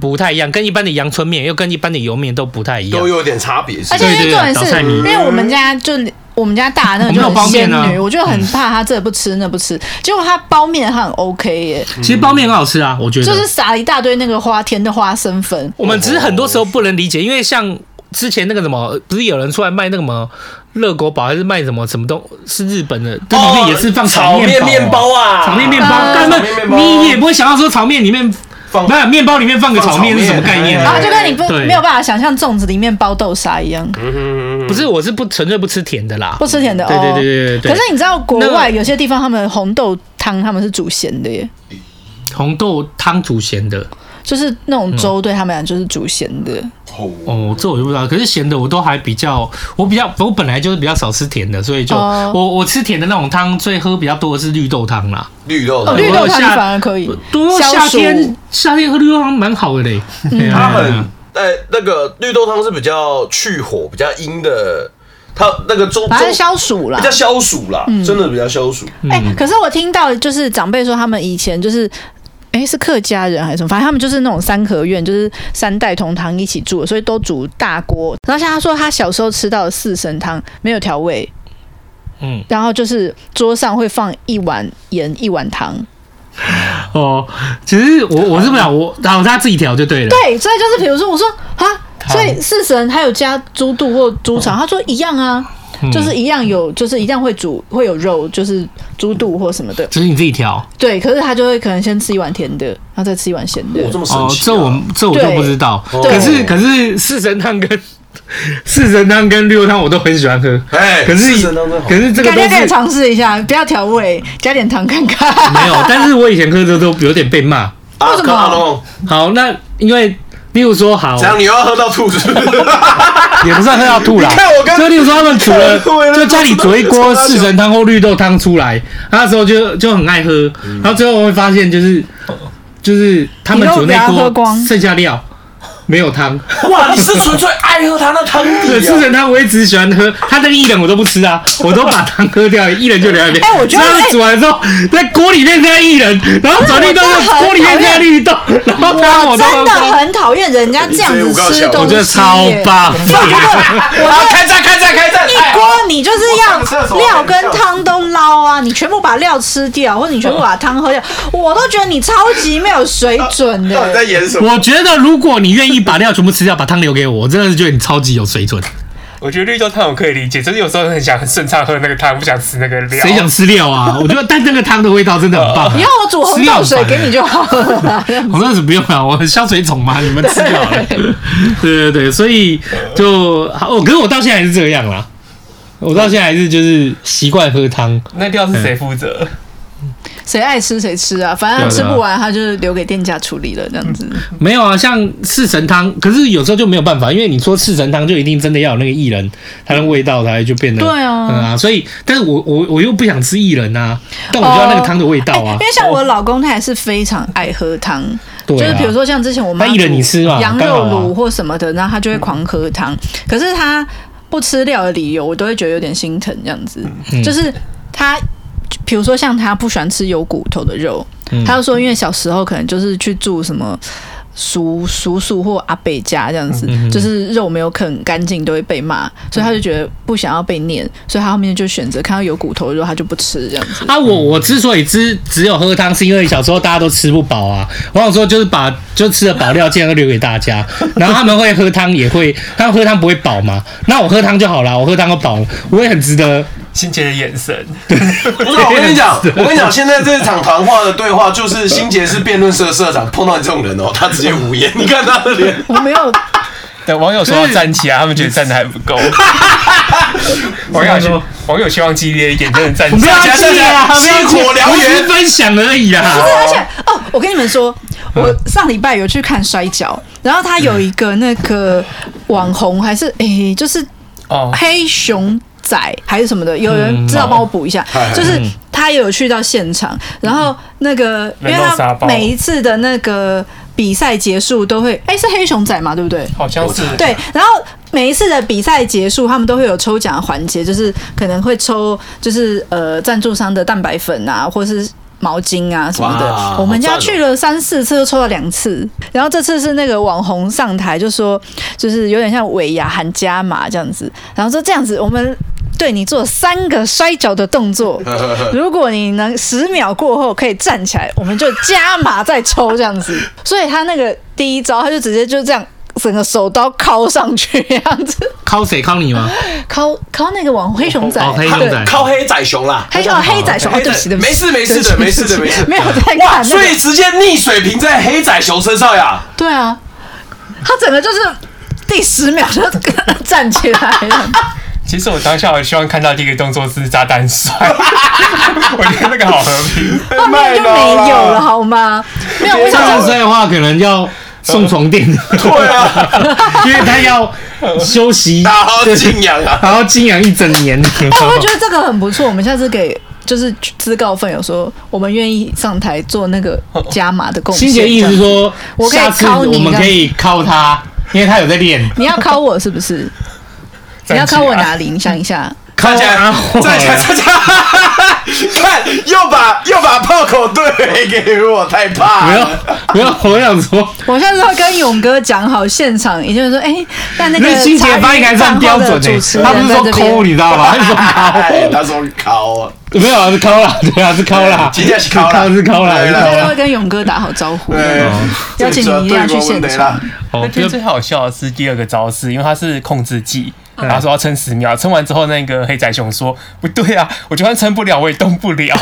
[SPEAKER 5] 不太一样，跟一般的阳春面又跟一般的油面都不太一样
[SPEAKER 4] 都。有点差别，是
[SPEAKER 6] 而
[SPEAKER 5] 哎
[SPEAKER 4] 吧
[SPEAKER 6] 且因为
[SPEAKER 5] 对对对
[SPEAKER 6] 重点
[SPEAKER 5] 倒菜
[SPEAKER 6] 是，
[SPEAKER 5] 米
[SPEAKER 6] 因为我们家就我们家大那个就
[SPEAKER 5] 我们有包
[SPEAKER 6] 很仙
[SPEAKER 5] 面啊
[SPEAKER 6] 女，我就很怕她这不吃那不吃，结果她包面她很 OK 耶，
[SPEAKER 5] 其实包面很好吃啊，我觉得。
[SPEAKER 6] 就是撒了一大堆那个花甜的花生粉，
[SPEAKER 5] 我们只是很多时候不能理解，因为像之前那个什么，不是有人出来卖那个什么热狗堡，还是卖什么什么东，是日本的，这里面也是
[SPEAKER 4] 哦
[SPEAKER 5] 放
[SPEAKER 2] 炒
[SPEAKER 5] 面
[SPEAKER 2] 面面包啊，
[SPEAKER 5] 哦炒面面包，
[SPEAKER 6] 啊
[SPEAKER 5] 但
[SPEAKER 2] 炒面面
[SPEAKER 5] 是
[SPEAKER 2] 包
[SPEAKER 5] 你也不会想到说炒面里面
[SPEAKER 2] 放
[SPEAKER 5] 不是面包里面放个
[SPEAKER 2] 放
[SPEAKER 5] 炒面是
[SPEAKER 2] 炒
[SPEAKER 5] 什么
[SPEAKER 2] 面
[SPEAKER 5] 概念啊
[SPEAKER 6] 然后就跟你不
[SPEAKER 5] 对
[SPEAKER 6] 没有办法想象粽子里面包豆沙一样，
[SPEAKER 5] 不是，我是不纯粹不吃甜的啦
[SPEAKER 6] 不。吃甜的哦。
[SPEAKER 5] 对对对对对对
[SPEAKER 6] 可是你知道国
[SPEAKER 5] 那
[SPEAKER 6] 外
[SPEAKER 5] 个
[SPEAKER 6] 有些地方他们红豆汤他们是煮咸的耶，
[SPEAKER 5] 红豆汤煮咸的，
[SPEAKER 6] 就是那种
[SPEAKER 5] 嗯
[SPEAKER 6] 粥对他们来讲就是煮咸的。
[SPEAKER 5] 哦，这我就不知道。可是咸的我都还比较，我比较我本来就是比较少吃甜的，所以就、
[SPEAKER 6] 哦
[SPEAKER 5] 我我吃甜的那种汤，最喝比较多的是绿豆汤啦。
[SPEAKER 4] 绿豆
[SPEAKER 6] 哦，
[SPEAKER 4] 汤
[SPEAKER 5] 对
[SPEAKER 6] 绿豆汤
[SPEAKER 5] 我有下
[SPEAKER 6] 反而可以
[SPEAKER 5] 多
[SPEAKER 6] 消
[SPEAKER 5] 夏
[SPEAKER 6] 暑
[SPEAKER 5] 天夏天喝绿豆汤蛮好的嘞，对啊
[SPEAKER 4] 它很呃那个绿豆汤是比较去火、比较阴的，它那个中
[SPEAKER 6] 反正
[SPEAKER 4] 中
[SPEAKER 6] 消暑啦
[SPEAKER 4] 比较。消暑啦，
[SPEAKER 6] 嗯
[SPEAKER 4] 真的比较消暑。
[SPEAKER 5] 嗯
[SPEAKER 6] 哎、可是我听到就是长辈说，他们以前就是，哎、是客家人还是什么，反正他们就是那种三合院，就是三代同堂一起住的，所以都煮大锅。然后像他说，他小时候吃到的四神汤没有调味，
[SPEAKER 5] 嗯
[SPEAKER 6] 然后就是桌上会放一碗盐，一碗糖。
[SPEAKER 5] 哦。其实我我是不想我，然后他自己调就对了。
[SPEAKER 6] 对，所以就是比如说，我说啊，所以四神还有加猪肚或猪肠，他说一样啊，
[SPEAKER 5] 嗯
[SPEAKER 6] 就是一样有，就是一样会煮会有肉，就是猪肚或什么的。
[SPEAKER 5] 只是你自己调
[SPEAKER 6] 对，可是他就会可能先吃一碗甜的，然后再吃一碗咸的。
[SPEAKER 4] 我这么神
[SPEAKER 5] 哦
[SPEAKER 4] 奇啊，
[SPEAKER 5] 这我这我就不知道。
[SPEAKER 4] 对
[SPEAKER 5] 可是
[SPEAKER 4] 对
[SPEAKER 5] 可是四神汤跟四神汤跟绿豆汤我都很喜欢喝，
[SPEAKER 4] 哎，
[SPEAKER 5] 可是
[SPEAKER 4] 四神汤真好
[SPEAKER 5] 可是这个
[SPEAKER 6] 改
[SPEAKER 5] 都
[SPEAKER 6] 天可以
[SPEAKER 5] 是
[SPEAKER 6] 尝试一下，不要调味，加点糖看看。
[SPEAKER 5] 没有，但是我以前喝的都有点被骂。
[SPEAKER 4] 啊
[SPEAKER 6] 为什么
[SPEAKER 4] 跟阿龙，
[SPEAKER 5] 好，那因为例如说好
[SPEAKER 2] 哦怎，样？你又要喝到 吐是不是？
[SPEAKER 5] 也不算喝到吐啦。
[SPEAKER 2] 你看我刚
[SPEAKER 5] 就例如说他们煮 了，
[SPEAKER 2] 看我刚
[SPEAKER 5] 就家里煮一锅四神汤或绿豆汤出来，那时候就就很爱喝，然后最后我会发现就是就是他们煮那
[SPEAKER 6] 你都不要喝
[SPEAKER 5] 锅
[SPEAKER 6] 光
[SPEAKER 5] 剩下料没有 汤，
[SPEAKER 2] 哇，你是纯粹爱喝他那 汤
[SPEAKER 5] 对
[SPEAKER 2] 底
[SPEAKER 5] 四
[SPEAKER 2] 啊！
[SPEAKER 5] 神汤我一直喜欢喝，他那个薏仁我都不吃啊，我都把汤喝掉，薏仁就留在那边。
[SPEAKER 6] 哎我觉得
[SPEAKER 5] 然后煮完之后在锅里面加薏仁，然后转绿豆
[SPEAKER 6] 我真的很
[SPEAKER 5] 锅里面加绿绿豆，然后他让
[SPEAKER 6] 我
[SPEAKER 5] 我都
[SPEAKER 6] 真
[SPEAKER 5] 能
[SPEAKER 6] 的
[SPEAKER 5] 包，
[SPEAKER 6] 很讨厌人家这样子吃
[SPEAKER 5] 我
[SPEAKER 6] 东西耶，
[SPEAKER 5] 觉得超棒。
[SPEAKER 2] 啊，开战，开战，开战！
[SPEAKER 6] 一锅你就是
[SPEAKER 2] 我上厕
[SPEAKER 6] 要
[SPEAKER 2] 所
[SPEAKER 6] 料跟汤都捞啊，你全部把料吃掉，或者你全部把汤喝掉，我都觉得你超级没有水准
[SPEAKER 2] 到底
[SPEAKER 6] 的。
[SPEAKER 2] 在演 什么？
[SPEAKER 5] 我觉得如果你愿意把料全部吃掉，把汤留给我，我真的是觉得你超级有水 准。
[SPEAKER 3] 我觉得绿豆汤我可以理解，就是有时候很想很顺畅喝那个汤，不想吃那个料。
[SPEAKER 5] 谁想吃料啊？我觉得但那个汤的味道真的很棒、
[SPEAKER 6] 以后我煮红豆水给你
[SPEAKER 5] 就。
[SPEAKER 6] 就好 了。
[SPEAKER 5] 红豆水不用了，我消水肿嘛，你们吃就好 了。对对对，所以就好哦，可是我到现在还是这样啦，我到现在还是就是习惯喝汤。
[SPEAKER 3] 那料是谁负责？
[SPEAKER 6] 谁爱吃谁吃啊，反正吃不完他就是留给店家处理了，这样子。
[SPEAKER 5] 没有啊，像四神汤，可是有时候就没有办法，因为你说四神汤就一定真的要有那个薏仁，它的味道才就变得
[SPEAKER 6] 对啊
[SPEAKER 5] 嗯啊，所以但是我我我又不想吃薏仁啊，但我就要那个汤的味道啊
[SPEAKER 6] 哎 因，为像我老公他也是非常爱喝汤，
[SPEAKER 5] 对啊
[SPEAKER 6] 就是比如说像之前我妈
[SPEAKER 5] 那一人
[SPEAKER 6] 煮
[SPEAKER 5] 你吃嘛
[SPEAKER 6] 羊肉
[SPEAKER 5] 刚好啊
[SPEAKER 6] 卤或什么的，然后他就会狂喝汤。可是他不吃料的理由，我都会觉得有点心疼，这样子，
[SPEAKER 5] 嗯
[SPEAKER 6] 就是他。比如说，像他不喜欢吃有骨头的肉，
[SPEAKER 5] 嗯
[SPEAKER 6] 他就说，因为小时候可能就是去住什么叔叔叔或阿伯家这样子，
[SPEAKER 5] 嗯
[SPEAKER 6] 就是肉没有啃干净都会被骂，所以他就觉得不想要被念，所以他后面就选择看到有骨头的肉他就不吃这样 子。
[SPEAKER 5] 啊，我我之所以只只有喝汤，是因为小时候大家都吃不饱啊。我想说，就是把就吃的饱料，尽量留给大家。然后他们会喝汤，也会他们喝汤不会饱嘛？那我喝汤就好啦，我喝汤就饱了，我也很值得。
[SPEAKER 3] 欣姐的眼神，
[SPEAKER 2] 不是，我跟你讲，我跟你讲，现在这场谈话的对话就是新杰是辩论社社长，碰到你这种人哦， 他直接无言。你看他的脸，
[SPEAKER 6] 我没有
[SPEAKER 3] 等网友说要站起来，他们觉得站的还不够。 网友希网友希望激烈一点，真的站
[SPEAKER 5] 我
[SPEAKER 3] 起
[SPEAKER 5] 们
[SPEAKER 3] 来
[SPEAKER 5] 要
[SPEAKER 2] 起来
[SPEAKER 5] 记啊，
[SPEAKER 2] 起来
[SPEAKER 5] 不要
[SPEAKER 2] 星火
[SPEAKER 5] 记
[SPEAKER 2] 燎
[SPEAKER 5] 我只是
[SPEAKER 2] 原
[SPEAKER 5] 分享而已啊啦。
[SPEAKER 6] 而且哦，我跟你们说，
[SPEAKER 3] 嗯
[SPEAKER 6] 我上礼拜有去看摔跤，然后他有一个那个网红，还是诶、就是
[SPEAKER 3] 哦。
[SPEAKER 6] 黑熊仔还是什么的，有人知道帮我补一下，
[SPEAKER 3] 嗯
[SPEAKER 6] 就是他有去到现场，然后那个因为
[SPEAKER 3] 嗯人肉沙
[SPEAKER 6] 他
[SPEAKER 3] 包
[SPEAKER 6] 每一次的那个比赛结束都会，诶、是黑熊仔嘛，对不对？
[SPEAKER 3] 好像是
[SPEAKER 6] 对，然后每一次的比赛结束，他们都会有抽奖环节，就是可能会抽，就是呃赞助商的蛋白粉啊，或是。毛巾啊什么
[SPEAKER 2] 哇
[SPEAKER 6] 的，我们家
[SPEAKER 2] 好赞哦
[SPEAKER 6] 去了三四次，就抽到两次。然后这次是那个网红上台就说，就是有点像尾牙喊加码这样子，然后说这样子，我们对你做三个摔跤的动作， 如果你能十秒过后可以站起来，我们就加码再抽这样 子。所以他那个第一招，他就直接就这样。整个手刀敲上去，这样子
[SPEAKER 5] 靠谁靠你吗？
[SPEAKER 6] 敲敲那个网红黑熊仔，
[SPEAKER 5] 哦黑熊仔
[SPEAKER 6] 对
[SPEAKER 2] 靠黑仔熊啦，
[SPEAKER 6] 黑哦黑仔熊，哦
[SPEAKER 2] 黑仔
[SPEAKER 6] 对不起对不起，
[SPEAKER 2] 没事没事的，没事的，没事。
[SPEAKER 6] 没有在
[SPEAKER 2] 哇，
[SPEAKER 6] 看那
[SPEAKER 2] 所以
[SPEAKER 6] 个，
[SPEAKER 2] 直接逆水平在黑仔熊身上呀！
[SPEAKER 6] 对啊，他整个就是第十秒就站起来 了，
[SPEAKER 3] 其实我当下我希望看到第一个动作是炸弹摔， 我觉得那个好和 平。
[SPEAKER 6] 后面就没有了好吗？没有，我
[SPEAKER 5] 这
[SPEAKER 6] 想
[SPEAKER 5] 样
[SPEAKER 6] 说
[SPEAKER 5] 子的话，可能要送床垫，
[SPEAKER 2] 对啊，
[SPEAKER 5] 因为他要休息，
[SPEAKER 2] 大好敬仰啊！
[SPEAKER 5] 然后静养一整年。
[SPEAKER 6] 哎、我觉得这个很不错，我们下次给就是自告奋勇说，我们愿意上台做那个加码的贡献。
[SPEAKER 5] 欣姐意思是说
[SPEAKER 6] 我，可以
[SPEAKER 5] 下次
[SPEAKER 6] 敲你
[SPEAKER 5] 我们
[SPEAKER 6] 这样
[SPEAKER 5] 可以靠他，因为他有在练。
[SPEAKER 6] 你要考我是不 是？你要考我
[SPEAKER 5] 啊
[SPEAKER 6] 哪里？你想一下，
[SPEAKER 5] 靠
[SPEAKER 2] 站起来
[SPEAKER 5] 阿，火
[SPEAKER 2] 站起来，站起来！ 看，又把又把炮口对回给我，太怕
[SPEAKER 5] 不要
[SPEAKER 2] 了。
[SPEAKER 5] 不要，我想说，
[SPEAKER 6] 我下次会跟勇哥讲好现场，也就是说，哎、但那
[SPEAKER 5] 那
[SPEAKER 6] 个
[SPEAKER 5] 欣姐发音还是很标准
[SPEAKER 6] 茶余饭后的主持
[SPEAKER 5] 诶，
[SPEAKER 6] 人
[SPEAKER 5] 他不是说
[SPEAKER 6] 在这边
[SPEAKER 5] 抠，你知道吗？他是说
[SPEAKER 2] 哎，他说靠啊，
[SPEAKER 5] 抠，没有啊，是抠啦， 对啊，是抠 啦，
[SPEAKER 2] 真哎的是抠啦
[SPEAKER 5] 是抠啦，
[SPEAKER 2] 对
[SPEAKER 5] 是
[SPEAKER 2] 啦
[SPEAKER 5] 抠
[SPEAKER 6] 下次会
[SPEAKER 5] 啦。
[SPEAKER 6] 跟勇哥打好招呼。
[SPEAKER 2] 对，
[SPEAKER 6] 邀请你一定要去现场
[SPEAKER 2] 这个啦
[SPEAKER 5] 哦
[SPEAKER 3] 那天最好笑的是第二个招式，因为它是控制技，然后说要撑十秒，撑完之后，那个黑仔熊说：“不对啊，我就算撑不了，我也动不了。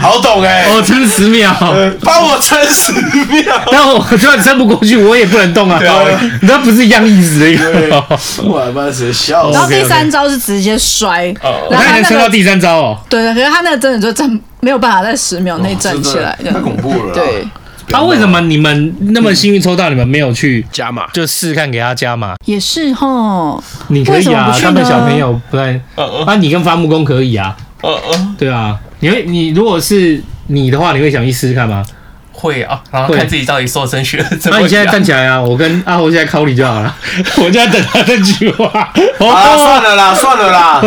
[SPEAKER 2] 好懂哎、
[SPEAKER 5] 我撑哦十秒，
[SPEAKER 2] 帮我撑十秒。
[SPEAKER 5] 但我就算撑不过去，我也不能 动啊。你那不是一样意思的一
[SPEAKER 2] 对
[SPEAKER 5] 个。
[SPEAKER 2] 我把谁笑
[SPEAKER 6] 然后
[SPEAKER 2] 死！
[SPEAKER 6] 第三招是直接摔，
[SPEAKER 5] 哦我
[SPEAKER 6] 然后
[SPEAKER 5] 看
[SPEAKER 6] 他
[SPEAKER 5] 能撑
[SPEAKER 6] 那
[SPEAKER 5] 到
[SPEAKER 6] 个
[SPEAKER 5] 第三招哦。
[SPEAKER 6] 对对，可是他那个真的就站没有办法在十秒内站起来，这
[SPEAKER 2] 太
[SPEAKER 6] 样
[SPEAKER 2] 恐怖了。
[SPEAKER 6] 对，。
[SPEAKER 5] 那为什么你们那么幸运抽到，你们没有去
[SPEAKER 2] 加码？
[SPEAKER 5] 就试看给他加码？
[SPEAKER 6] 也是吼。
[SPEAKER 5] 你可
[SPEAKER 6] 为
[SPEAKER 5] 以
[SPEAKER 6] 什么
[SPEAKER 5] 啊
[SPEAKER 6] 不，去
[SPEAKER 5] 他们小
[SPEAKER 6] 呢
[SPEAKER 5] 朋友不太，啊，你跟伐木工嗯 可以啊，对啊，你会你如果是你的话，你会想去试试看吗？”
[SPEAKER 3] 会啊，然后
[SPEAKER 5] 会
[SPEAKER 3] 看自己到底瘦身学的怎么
[SPEAKER 5] 那
[SPEAKER 3] 样。
[SPEAKER 5] 你现在站起来啊！我跟阿红现在靠你就好了， 我就在等他这句话。
[SPEAKER 2] 啊，
[SPEAKER 5] 哦，
[SPEAKER 2] 算了啦，算了啦，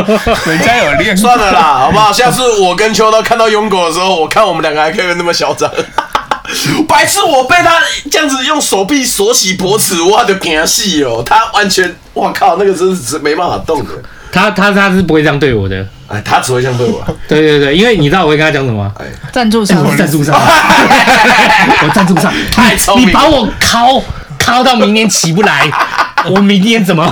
[SPEAKER 3] 人家有练过，
[SPEAKER 2] 算了 啦，好不好？下次我跟秋刀看到拥狗的时候，我看我们两个还可以那么嚣张。 白痴，我被他这样子用手臂锁起脖子，我的惊死哦！他完全，我靠，那个真是没办法动的。
[SPEAKER 5] 他他他是不会这样对我的。
[SPEAKER 2] 哎，他只会这样对 我。
[SPEAKER 5] 对对对，因为你知道我会跟他讲什么吗？
[SPEAKER 6] 赞助商
[SPEAKER 5] 哎我是赞助 商，我赞助商，
[SPEAKER 2] 太聪明
[SPEAKER 5] 你把我敲敲到明年起不 来，我明年怎么？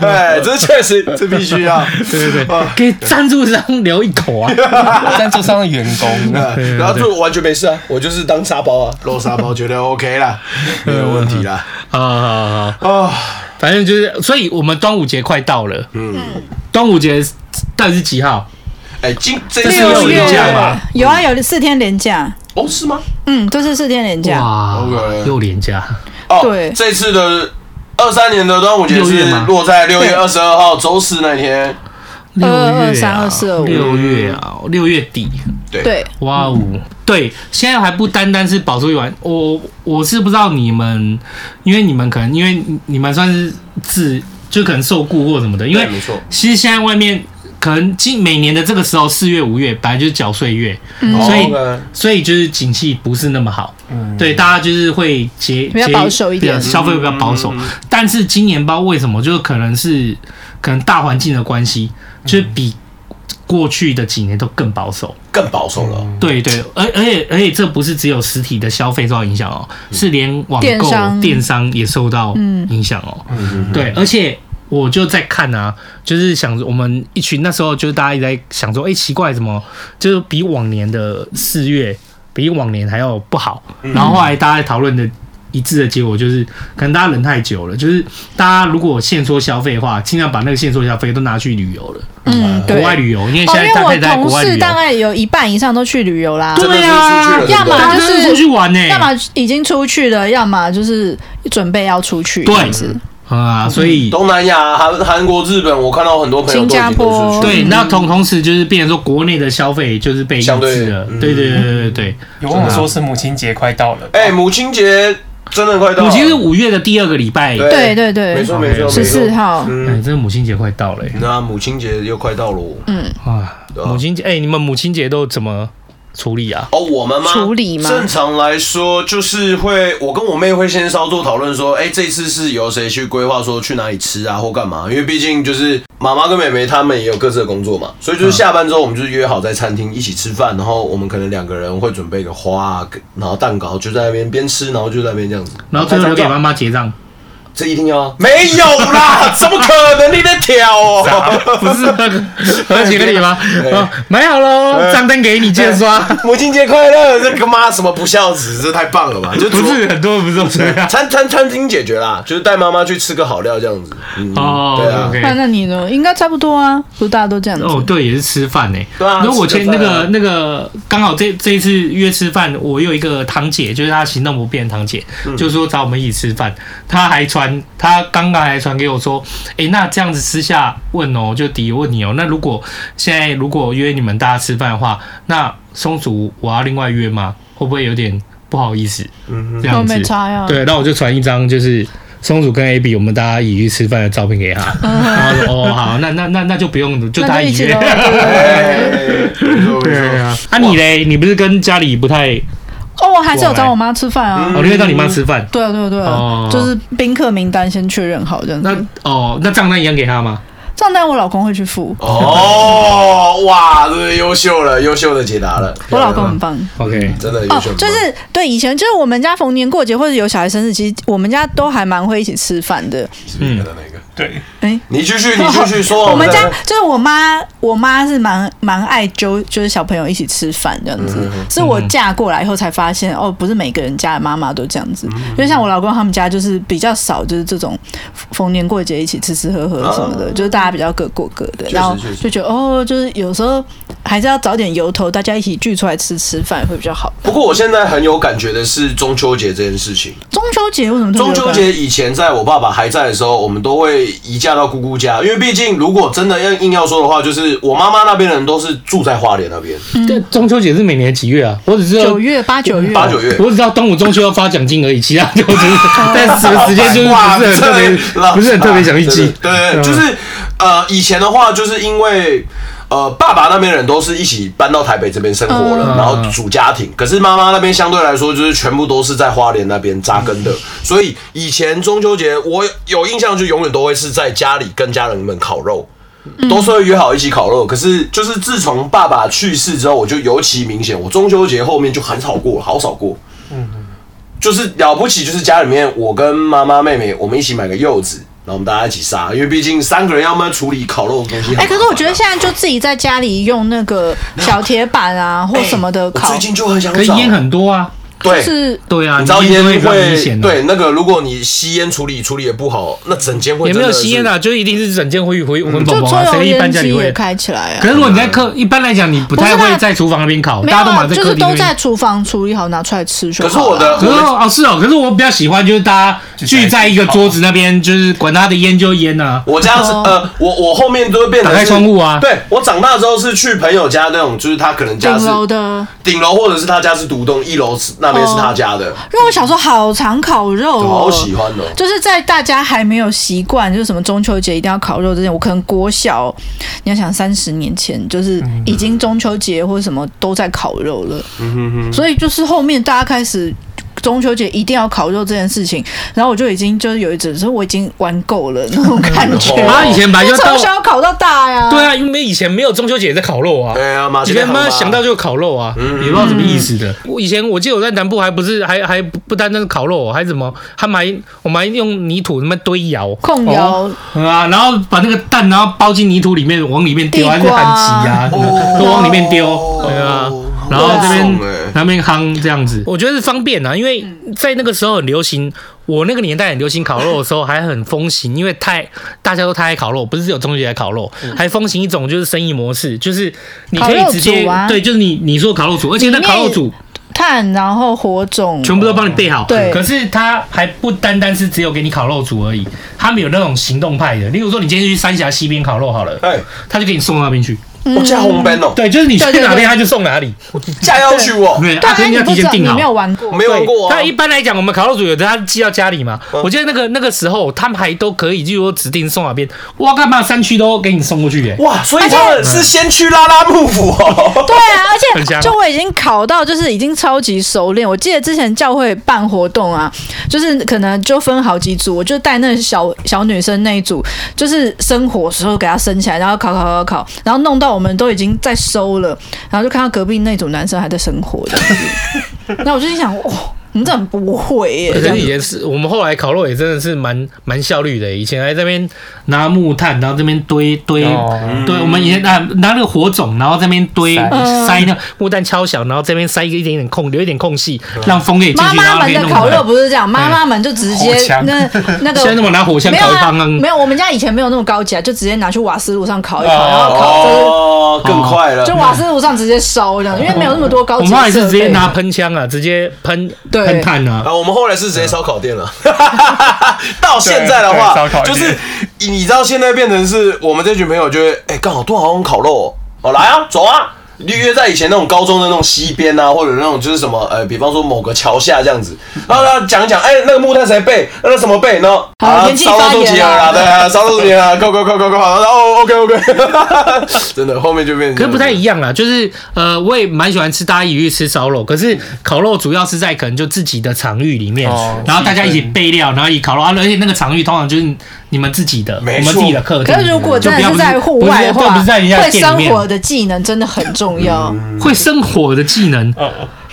[SPEAKER 2] 哎，这确实，这必须啊要。
[SPEAKER 5] 对对对，给赞助商留一口 啊！
[SPEAKER 3] 赞助商的员工，
[SPEAKER 2] 啊
[SPEAKER 5] 对
[SPEAKER 2] 然后就完全没事啊，我就是当沙包 啊，肉沙包觉得 OK 啦，没有问题啦。
[SPEAKER 5] 啊好好好，
[SPEAKER 2] 啊，
[SPEAKER 5] 反正就是，所以我们端午节快到了。嗯，端午节到底是几号？
[SPEAKER 2] 哎，今这
[SPEAKER 5] 这是
[SPEAKER 2] 六
[SPEAKER 5] 有
[SPEAKER 2] 月
[SPEAKER 5] 年假吧？
[SPEAKER 6] 有啊，有四天连假，
[SPEAKER 2] 哦，是吗？
[SPEAKER 6] 嗯，都是四天连假。
[SPEAKER 5] 哇
[SPEAKER 2] OK
[SPEAKER 5] 又廉价。
[SPEAKER 2] 哦，
[SPEAKER 6] 对
[SPEAKER 2] 这次的二三年的端午节
[SPEAKER 5] 六
[SPEAKER 2] 是
[SPEAKER 5] 月吗
[SPEAKER 2] 落在六月
[SPEAKER 6] 对
[SPEAKER 2] 二十二号周四那天。
[SPEAKER 5] 六月啊，
[SPEAKER 6] 22 23 25
[SPEAKER 5] 六月啊，六月底，
[SPEAKER 2] 对，
[SPEAKER 6] 对，
[SPEAKER 5] 哇哦！对，现在还不单单是保出一碗，我我是不知道你们，因为你们可能因为你们算是自就可能受雇或什么的，因为
[SPEAKER 2] 对没错
[SPEAKER 5] 其实现在外面可能今每年的这个时候四月五月本来就是缴税月，嗯所以
[SPEAKER 2] 哦
[SPEAKER 5] 所以就是景气不是那么好，对，大家就是会节
[SPEAKER 6] 比较
[SPEAKER 5] 节
[SPEAKER 6] 保守一点
[SPEAKER 5] 比较消费比较保守。但是今年不知道为什么，就是可能是可能大环境的关系，就是比过去的几年都更保守。
[SPEAKER 2] 更保守了。
[SPEAKER 5] 对对，而而且而且这不是只有实体的消费受到影响哦，是连网购
[SPEAKER 6] 电商嗯
[SPEAKER 5] 电商也受到影响哦。
[SPEAKER 2] 嗯
[SPEAKER 5] 对，而且我就在看啊，就是想我们一群那时候就是大家一直在想说，哎、奇怪，怎么就是比往年的四月比往年还要不好？
[SPEAKER 2] 嗯
[SPEAKER 5] 然后后来大家讨论的。一致的结果就是，可能大家忍太久了，就是大家如果限缩消费的话，尽量把那个限缩消费都拿去旅游了，
[SPEAKER 6] 嗯，
[SPEAKER 5] 国
[SPEAKER 6] 对。
[SPEAKER 5] 外旅游，因为现
[SPEAKER 6] 哦，因
[SPEAKER 5] 在
[SPEAKER 6] 为
[SPEAKER 5] 大家在
[SPEAKER 6] 我
[SPEAKER 5] 国
[SPEAKER 6] 同
[SPEAKER 5] 外旅
[SPEAKER 6] 事
[SPEAKER 5] 游，
[SPEAKER 6] 大概有一半以上都去旅游啦，
[SPEAKER 2] 真的
[SPEAKER 5] 对
[SPEAKER 2] 是
[SPEAKER 5] 啊
[SPEAKER 2] 出去了，
[SPEAKER 6] 要
[SPEAKER 2] 对
[SPEAKER 6] 么
[SPEAKER 2] 不对
[SPEAKER 5] 大家都
[SPEAKER 6] 就是是
[SPEAKER 5] 出去玩呢、欸，
[SPEAKER 6] 要么已经出去了，要么就是准备要出去。
[SPEAKER 5] 对
[SPEAKER 6] 这样子
[SPEAKER 2] 嗯
[SPEAKER 5] 啊，所以
[SPEAKER 2] 东南亚、韩韩国、日本，我看到很多朋友都已经
[SPEAKER 6] 新加坡
[SPEAKER 2] 都是去
[SPEAKER 5] 对，那同同时就是变成说国内的消费就是被抑
[SPEAKER 2] 相对
[SPEAKER 5] 制了，
[SPEAKER 2] 嗯
[SPEAKER 5] 对对对对对对。
[SPEAKER 3] 有问我说是母亲节快到了，
[SPEAKER 2] 哎，母亲节真的快到了，
[SPEAKER 5] 母亲是五月的第二个礼拜，
[SPEAKER 2] 对
[SPEAKER 6] 对对
[SPEAKER 2] 没
[SPEAKER 6] 对，
[SPEAKER 2] 错没错，
[SPEAKER 6] 十四
[SPEAKER 2] 没错。
[SPEAKER 6] 号，
[SPEAKER 5] 哎，
[SPEAKER 2] 嗯，
[SPEAKER 5] 真的母亲节快到了欸
[SPEAKER 2] 那母亲节又快到了哦
[SPEAKER 5] 啊！
[SPEAKER 2] 嗯对啊
[SPEAKER 5] 母亲节，哎，你们母亲节都怎么处理啊？
[SPEAKER 2] 哦，我们吗？
[SPEAKER 6] 处理吗
[SPEAKER 2] 正常来说，就是会我跟我妹会先稍作讨论，说，哎、这次是由谁去规划，说去哪里吃啊，或干嘛？因为毕竟就是妈妈跟妹妹她们也有各自的工作嘛，所以就是下班之后，我们就是约好在餐厅一起吃饭，然后我们可能两个人会准备个花、啊，然后蛋糕，就在那边边吃，然后就在那边这样子，
[SPEAKER 5] 然后最后留给妈
[SPEAKER 2] 妈，
[SPEAKER 5] 妈结账，
[SPEAKER 2] 这一定要啊没有啦，怎么可能？你在挑哦。
[SPEAKER 5] 不是那个和解给你 吗？哦买好喽，账单给你，记得刷。
[SPEAKER 2] 母亲节快乐！这个妈什么不孝子，这太棒了吧？就
[SPEAKER 5] 不是很多人不是都这样
[SPEAKER 2] 餐餐餐厅解决啦，就是带妈妈去吃个好料这样子。嗯，对
[SPEAKER 5] 哦
[SPEAKER 2] 啊
[SPEAKER 6] 那
[SPEAKER 5] ，OK。
[SPEAKER 6] 那你呢？应该差不多啊，不是大家都这样子。
[SPEAKER 5] 哦，对，也是吃饭呢。
[SPEAKER 2] 对啊
[SPEAKER 5] 然后我
[SPEAKER 2] 吃个
[SPEAKER 5] 前
[SPEAKER 2] 饭
[SPEAKER 5] 那
[SPEAKER 2] 啊
[SPEAKER 5] 个那个刚好这这一次约吃饭，我有一个堂姐，就是她行动不便的堂姐，
[SPEAKER 2] 嗯
[SPEAKER 5] 就是说找我们一起吃饭，她还传，她刚刚还传给我说，诶，那这样子私下问哦，就迪问你哦，那如果现在如果约你们大家吃饭的话，那松鼠我要另外约吗？会不会有点不好意思？嗯，这
[SPEAKER 6] 都
[SPEAKER 5] 样子
[SPEAKER 6] 没。差呀。
[SPEAKER 5] 对，那我就传一张就是松鼠跟 AB 我们大家一起去吃饭的照片给他，然后她说哦好，那那那那就不用，就大
[SPEAKER 6] 嗯那
[SPEAKER 5] 家
[SPEAKER 6] 就一
[SPEAKER 5] 起
[SPEAKER 6] 起
[SPEAKER 5] 约
[SPEAKER 6] 喽。。
[SPEAKER 2] 哎没错没错
[SPEAKER 5] 啊，啊你嘞？你不是跟家里不太
[SPEAKER 6] 哦，我还是有找我妈吃饭啊。
[SPEAKER 5] 哦，你会到你妈吃饭？
[SPEAKER 6] 对啊对啊对
[SPEAKER 5] 哦
[SPEAKER 6] 啊，就是宾客名单先确认好这样
[SPEAKER 5] 那
[SPEAKER 6] 子。
[SPEAKER 5] 哦，那账单一样给他吗？
[SPEAKER 6] 账单我老公会去付，
[SPEAKER 2] 哦，哇，这是优秀了，优秀的解答了。
[SPEAKER 6] 我老公很棒。
[SPEAKER 5] OK，
[SPEAKER 2] 真的优
[SPEAKER 6] 哦
[SPEAKER 2] 秀，，
[SPEAKER 6] 就是对以前就是我们家逢年过节或者有小孩生日，其实我们家都还蛮会一起吃饭的。
[SPEAKER 2] 嗯，那个，
[SPEAKER 3] 对，
[SPEAKER 6] 哎，
[SPEAKER 2] 你继续，你继 续说。
[SPEAKER 6] 哦我们家就是我妈，我妈是蛮蛮爱揪，就是小朋友一起吃饭这样
[SPEAKER 2] 嗯
[SPEAKER 6] 子。是我嫁过来以后才发现，哦，不是每个人家的妈妈都这样
[SPEAKER 2] 嗯
[SPEAKER 6] 子。因为像我老公他们家就是比较少，就是这种逢年过节一起吃吃喝喝什么的，就是大家比较各过各的。然后
[SPEAKER 2] 啊确实
[SPEAKER 6] 就觉得哦，就是有时候还是要找点由头，大家一起聚出来吃吃饭会比较好。
[SPEAKER 2] 不过我现在很有感觉的是中秋节这件事 情。
[SPEAKER 6] 中秋节为什么特别
[SPEAKER 2] 中
[SPEAKER 6] 有感？
[SPEAKER 2] 秋节以前，在我爸爸还在的时候，我们都会移驾到姑姑家，因为毕竟如果真的要硬要说的话，就是我妈妈那边的人都是住在花莲那边，
[SPEAKER 5] 对，中秋节是每年几月啊？我只知道
[SPEAKER 6] 嗯九月八九月
[SPEAKER 2] 八九月。
[SPEAKER 5] 我只知道端午、中秋要发奖金而已，其他就只是
[SPEAKER 6] 哦
[SPEAKER 5] 在 什么时间就是不是很特别，不是很特别想去记。
[SPEAKER 2] 对对对，
[SPEAKER 5] 嗯
[SPEAKER 2] 就是呃，以前的话，就是因为呃，爸爸那边人都是一起搬到台北这边生活
[SPEAKER 5] 嗯
[SPEAKER 2] 了，然后组家庭。可是妈妈那边相对来说，就是全部都是在花莲那边扎根
[SPEAKER 5] 嗯
[SPEAKER 2] 的，所以以前中秋节我有印象，就永远都会是在家里跟家人们烤肉。
[SPEAKER 5] 嗯
[SPEAKER 2] 都是会约好一起烤肉，可是就是自从爸爸去世之后，我就尤其明显，我中秋节后面就很少过，好少过。就是了不起，就是家里面我跟妈妈、妹妹，我们一起买个柚子，然后我们大家一起杀，因为毕竟三个人要么处理烤肉的东西很麻烦啊。
[SPEAKER 6] 哎、可是我觉得现在就自己在家里用那个小铁板啊或什么的
[SPEAKER 2] 哎我
[SPEAKER 6] 烤，
[SPEAKER 2] 最近就哎很想
[SPEAKER 5] 可是
[SPEAKER 2] 找
[SPEAKER 5] 烟很多啊，
[SPEAKER 6] 就
[SPEAKER 2] 对。
[SPEAKER 6] 是
[SPEAKER 5] 对啊，
[SPEAKER 2] 你知道
[SPEAKER 5] 烟
[SPEAKER 2] 烟
[SPEAKER 5] 会
[SPEAKER 2] 会
[SPEAKER 5] 比较明显啊。
[SPEAKER 2] 对那个，如果你吸烟处理处理也不好，那整间会
[SPEAKER 5] 也没有
[SPEAKER 2] 真的是
[SPEAKER 5] 吸烟啊，就一定是整间灰灰混
[SPEAKER 6] 嗯就
[SPEAKER 5] 蓬蓬
[SPEAKER 6] 抽
[SPEAKER 5] 啊，
[SPEAKER 6] 油
[SPEAKER 5] 谁一般
[SPEAKER 6] 烟
[SPEAKER 5] 家里
[SPEAKER 6] 机也
[SPEAKER 5] 会？
[SPEAKER 6] 开起来
[SPEAKER 5] 可
[SPEAKER 6] 啊。
[SPEAKER 5] 是如果你在客，一般来讲你不太
[SPEAKER 6] 不是
[SPEAKER 5] 会
[SPEAKER 6] 啦
[SPEAKER 5] 在厨房那边烤，
[SPEAKER 6] 没
[SPEAKER 5] 大
[SPEAKER 6] 有
[SPEAKER 5] 家都
[SPEAKER 6] 啊，
[SPEAKER 5] 买在
[SPEAKER 6] 就
[SPEAKER 5] 客
[SPEAKER 6] 是
[SPEAKER 5] 厅
[SPEAKER 6] 都
[SPEAKER 5] 那
[SPEAKER 6] 在
[SPEAKER 5] 边。
[SPEAKER 6] 厨房处理好拿出来吃就
[SPEAKER 2] 可是
[SPEAKER 6] 好
[SPEAKER 2] 我
[SPEAKER 6] 了
[SPEAKER 2] 的
[SPEAKER 5] 可是哦是哦，可是我比较喜欢就是大家聚在一个桌子那边，就是管他的烟就烟啊。
[SPEAKER 2] 我家是
[SPEAKER 6] 哦
[SPEAKER 2] 呃，我我后面都会变成
[SPEAKER 5] 打开
[SPEAKER 2] 是
[SPEAKER 5] 窗户啊
[SPEAKER 2] 对我长大之后是去朋友家那种，就是他可能家
[SPEAKER 6] 顶
[SPEAKER 2] 是
[SPEAKER 6] 楼的。
[SPEAKER 2] 顶楼，或者是他家是独栋，一楼是那边是他家的，
[SPEAKER 6] 因为我小时候好常烤肉、哦，
[SPEAKER 2] 好喜欢哦。
[SPEAKER 6] 就是在大家还没有习惯，就是什么中秋节一定要烤肉之前，我可能国小，你要想三十年前，就是
[SPEAKER 5] 嗯
[SPEAKER 6] 已经中秋节或者什么都在烤肉了，所以就是后面大家开始。中秋节一定要烤肉这件事情，然后我就已经就是有一阵，说我已经玩够了那种感觉。
[SPEAKER 5] 哦妈以前本来就
[SPEAKER 6] 就
[SPEAKER 5] 到
[SPEAKER 6] 从小烤到大呀，
[SPEAKER 5] 对啊，因为以前没有中秋节也在烤肉啊。
[SPEAKER 2] 对啊，马
[SPEAKER 5] 以
[SPEAKER 2] 前
[SPEAKER 5] 前妈想到就烤肉啊，也不知道什么意思的。我以前我记得我在南部还不是还还不不单单是烤肉，哦还怎么他们还我们还用泥土那么堆窑
[SPEAKER 6] 控窑
[SPEAKER 5] 嗯啊，然后把那个蛋然后包进泥土里面往里面丢，
[SPEAKER 6] 地瓜
[SPEAKER 5] 还是含鸡啊，什么都往里面丢，对啊。然后这边
[SPEAKER 2] 哦爽欸
[SPEAKER 5] 那边夯这样子，我觉得是方便啊，因为在那个时候很流行，我那个年代很流行烤肉的时候还很风行，因为太大家都太爱烤肉，不是只有中秋节来烤肉，还风行一种就是生意模式，就是你可以直
[SPEAKER 6] 烤肉
[SPEAKER 5] 接
[SPEAKER 6] 组啊
[SPEAKER 5] 对，就是你你说烤肉组，而且那
[SPEAKER 6] 里面
[SPEAKER 5] 烤肉组
[SPEAKER 6] 炭，然后火种，
[SPEAKER 5] 全部都帮你备好。
[SPEAKER 6] 对
[SPEAKER 5] 可是它还不单单是只有给你烤肉组而已，他们有那种行动派的，例如说你今天去三峡西边烤肉好了，
[SPEAKER 2] 哎，
[SPEAKER 5] 他就给你送到那边去。
[SPEAKER 6] 嗯
[SPEAKER 2] 我加红班哦，
[SPEAKER 5] 对，就是你去
[SPEAKER 6] 对对
[SPEAKER 5] 哪
[SPEAKER 6] 对
[SPEAKER 5] 边他就送哪里。
[SPEAKER 2] 加要去我
[SPEAKER 5] 对，
[SPEAKER 6] 对
[SPEAKER 5] 他
[SPEAKER 6] 啊，
[SPEAKER 5] 可能
[SPEAKER 6] 你
[SPEAKER 5] 要
[SPEAKER 6] 不
[SPEAKER 5] 提
[SPEAKER 6] 知
[SPEAKER 5] 前
[SPEAKER 6] 道你
[SPEAKER 5] 订好
[SPEAKER 6] 没。有玩过，嗯
[SPEAKER 2] 没玩过啊
[SPEAKER 5] 但一般来讲，我们烤肉组有的他寄到家里嘛。我记得那个那个时候，他们还都可以，就是说指定送哪边。哇，干嘛山区都给你送过去耶？
[SPEAKER 2] 哇，所以他们是先去拉拉幕府哦。
[SPEAKER 6] 对啊，而
[SPEAKER 5] 很
[SPEAKER 6] 且
[SPEAKER 5] 香
[SPEAKER 6] 就我已经考到，就是已经超级熟练。我记得之前教会办活动啊，就是可能就分好几组，我就带那小小女生那一组，就是生火时候给她升起来，然后烤烤烤烤，然后弄到我们都已经在收了，然后就看到隔壁那组男生还在生火这样 子那我就心想，哇、你怎么不会耶？
[SPEAKER 5] 可
[SPEAKER 6] 这样
[SPEAKER 5] 是以前是我们后来烤肉也真的是蛮蛮效率的耶，以前还在那边拿木炭，然后这边堆堆
[SPEAKER 3] 哦
[SPEAKER 5] 对，我们以前拿拿那个火种，然后这边堆
[SPEAKER 3] 塞
[SPEAKER 6] 嗯
[SPEAKER 5] 塞那个木炭敲响，然后这边塞一个一点点空，留一点空隙，让风可以进
[SPEAKER 6] 妈
[SPEAKER 5] 去，然
[SPEAKER 6] 妈
[SPEAKER 5] 后那
[SPEAKER 6] 们
[SPEAKER 5] 边
[SPEAKER 6] 的
[SPEAKER 5] 弄
[SPEAKER 6] 烤
[SPEAKER 5] 出来
[SPEAKER 6] 肉不是这样，妈妈们就直接
[SPEAKER 3] 火枪
[SPEAKER 6] 那那个
[SPEAKER 5] 现在那么拿火枪
[SPEAKER 6] 没有
[SPEAKER 5] 烤一
[SPEAKER 6] 啊，
[SPEAKER 5] 方啊，
[SPEAKER 6] 没有，我们家以前没有那么高级啊，就直接拿去瓦斯炉上烤一烤，
[SPEAKER 3] 哦
[SPEAKER 6] 然后烤就是
[SPEAKER 2] 哦，更快了
[SPEAKER 6] 就。瓦斯炉上直接烧这样，因为没有那么多高
[SPEAKER 5] 我
[SPEAKER 6] 级
[SPEAKER 5] 们
[SPEAKER 6] 哦设备。
[SPEAKER 5] 后来是直接拿喷枪啊，直接喷
[SPEAKER 6] 对
[SPEAKER 5] 喷 炭啊，
[SPEAKER 2] 啊，我们后来是直接烧烤店了。 到现在的
[SPEAKER 3] 对对烧
[SPEAKER 2] 话，
[SPEAKER 3] 烤
[SPEAKER 2] 就
[SPEAKER 3] 店
[SPEAKER 2] 是你知道现在变成是我们这群朋友就会，哎，刚好突然好想烤肉哦，哦来啊，走啊。就约在以前那种高中的那种溪边啊，或者那种就是什么呃，比方说某个桥下这样子，然后他讲一讲，哎、那个木炭谁背，那个什么背，然后
[SPEAKER 6] 好
[SPEAKER 2] 啊
[SPEAKER 6] 年纪
[SPEAKER 2] 烧到
[SPEAKER 6] 发
[SPEAKER 2] 肚
[SPEAKER 6] 言
[SPEAKER 2] 脐眼
[SPEAKER 6] 了
[SPEAKER 2] 啊，对啊，烧到肚脐眼啊，够够够够够，然后 OK OK，真的后面就变成这样，
[SPEAKER 5] 可是不太一样啦，就是呃，我也蛮喜欢吃大家一起去吃烧肉，可是烤肉主要是在可能就自己的场域里面，
[SPEAKER 3] 哦
[SPEAKER 5] 然后大家一起备料，然后一起烤肉，啊而且那个场域通常就是你们自己的，我
[SPEAKER 2] 没
[SPEAKER 5] 们
[SPEAKER 2] 错
[SPEAKER 5] 自己的客厅。
[SPEAKER 6] 可是如果
[SPEAKER 5] 就不
[SPEAKER 6] 真的
[SPEAKER 5] 要
[SPEAKER 6] 是
[SPEAKER 5] 不是
[SPEAKER 6] 在户外的
[SPEAKER 5] 不是对
[SPEAKER 6] 话，
[SPEAKER 5] 不是在人家的
[SPEAKER 6] 会
[SPEAKER 5] 店里
[SPEAKER 6] 生
[SPEAKER 5] 面
[SPEAKER 6] 活的技能真的很重要。
[SPEAKER 5] 会生火的技能，
[SPEAKER 6] 因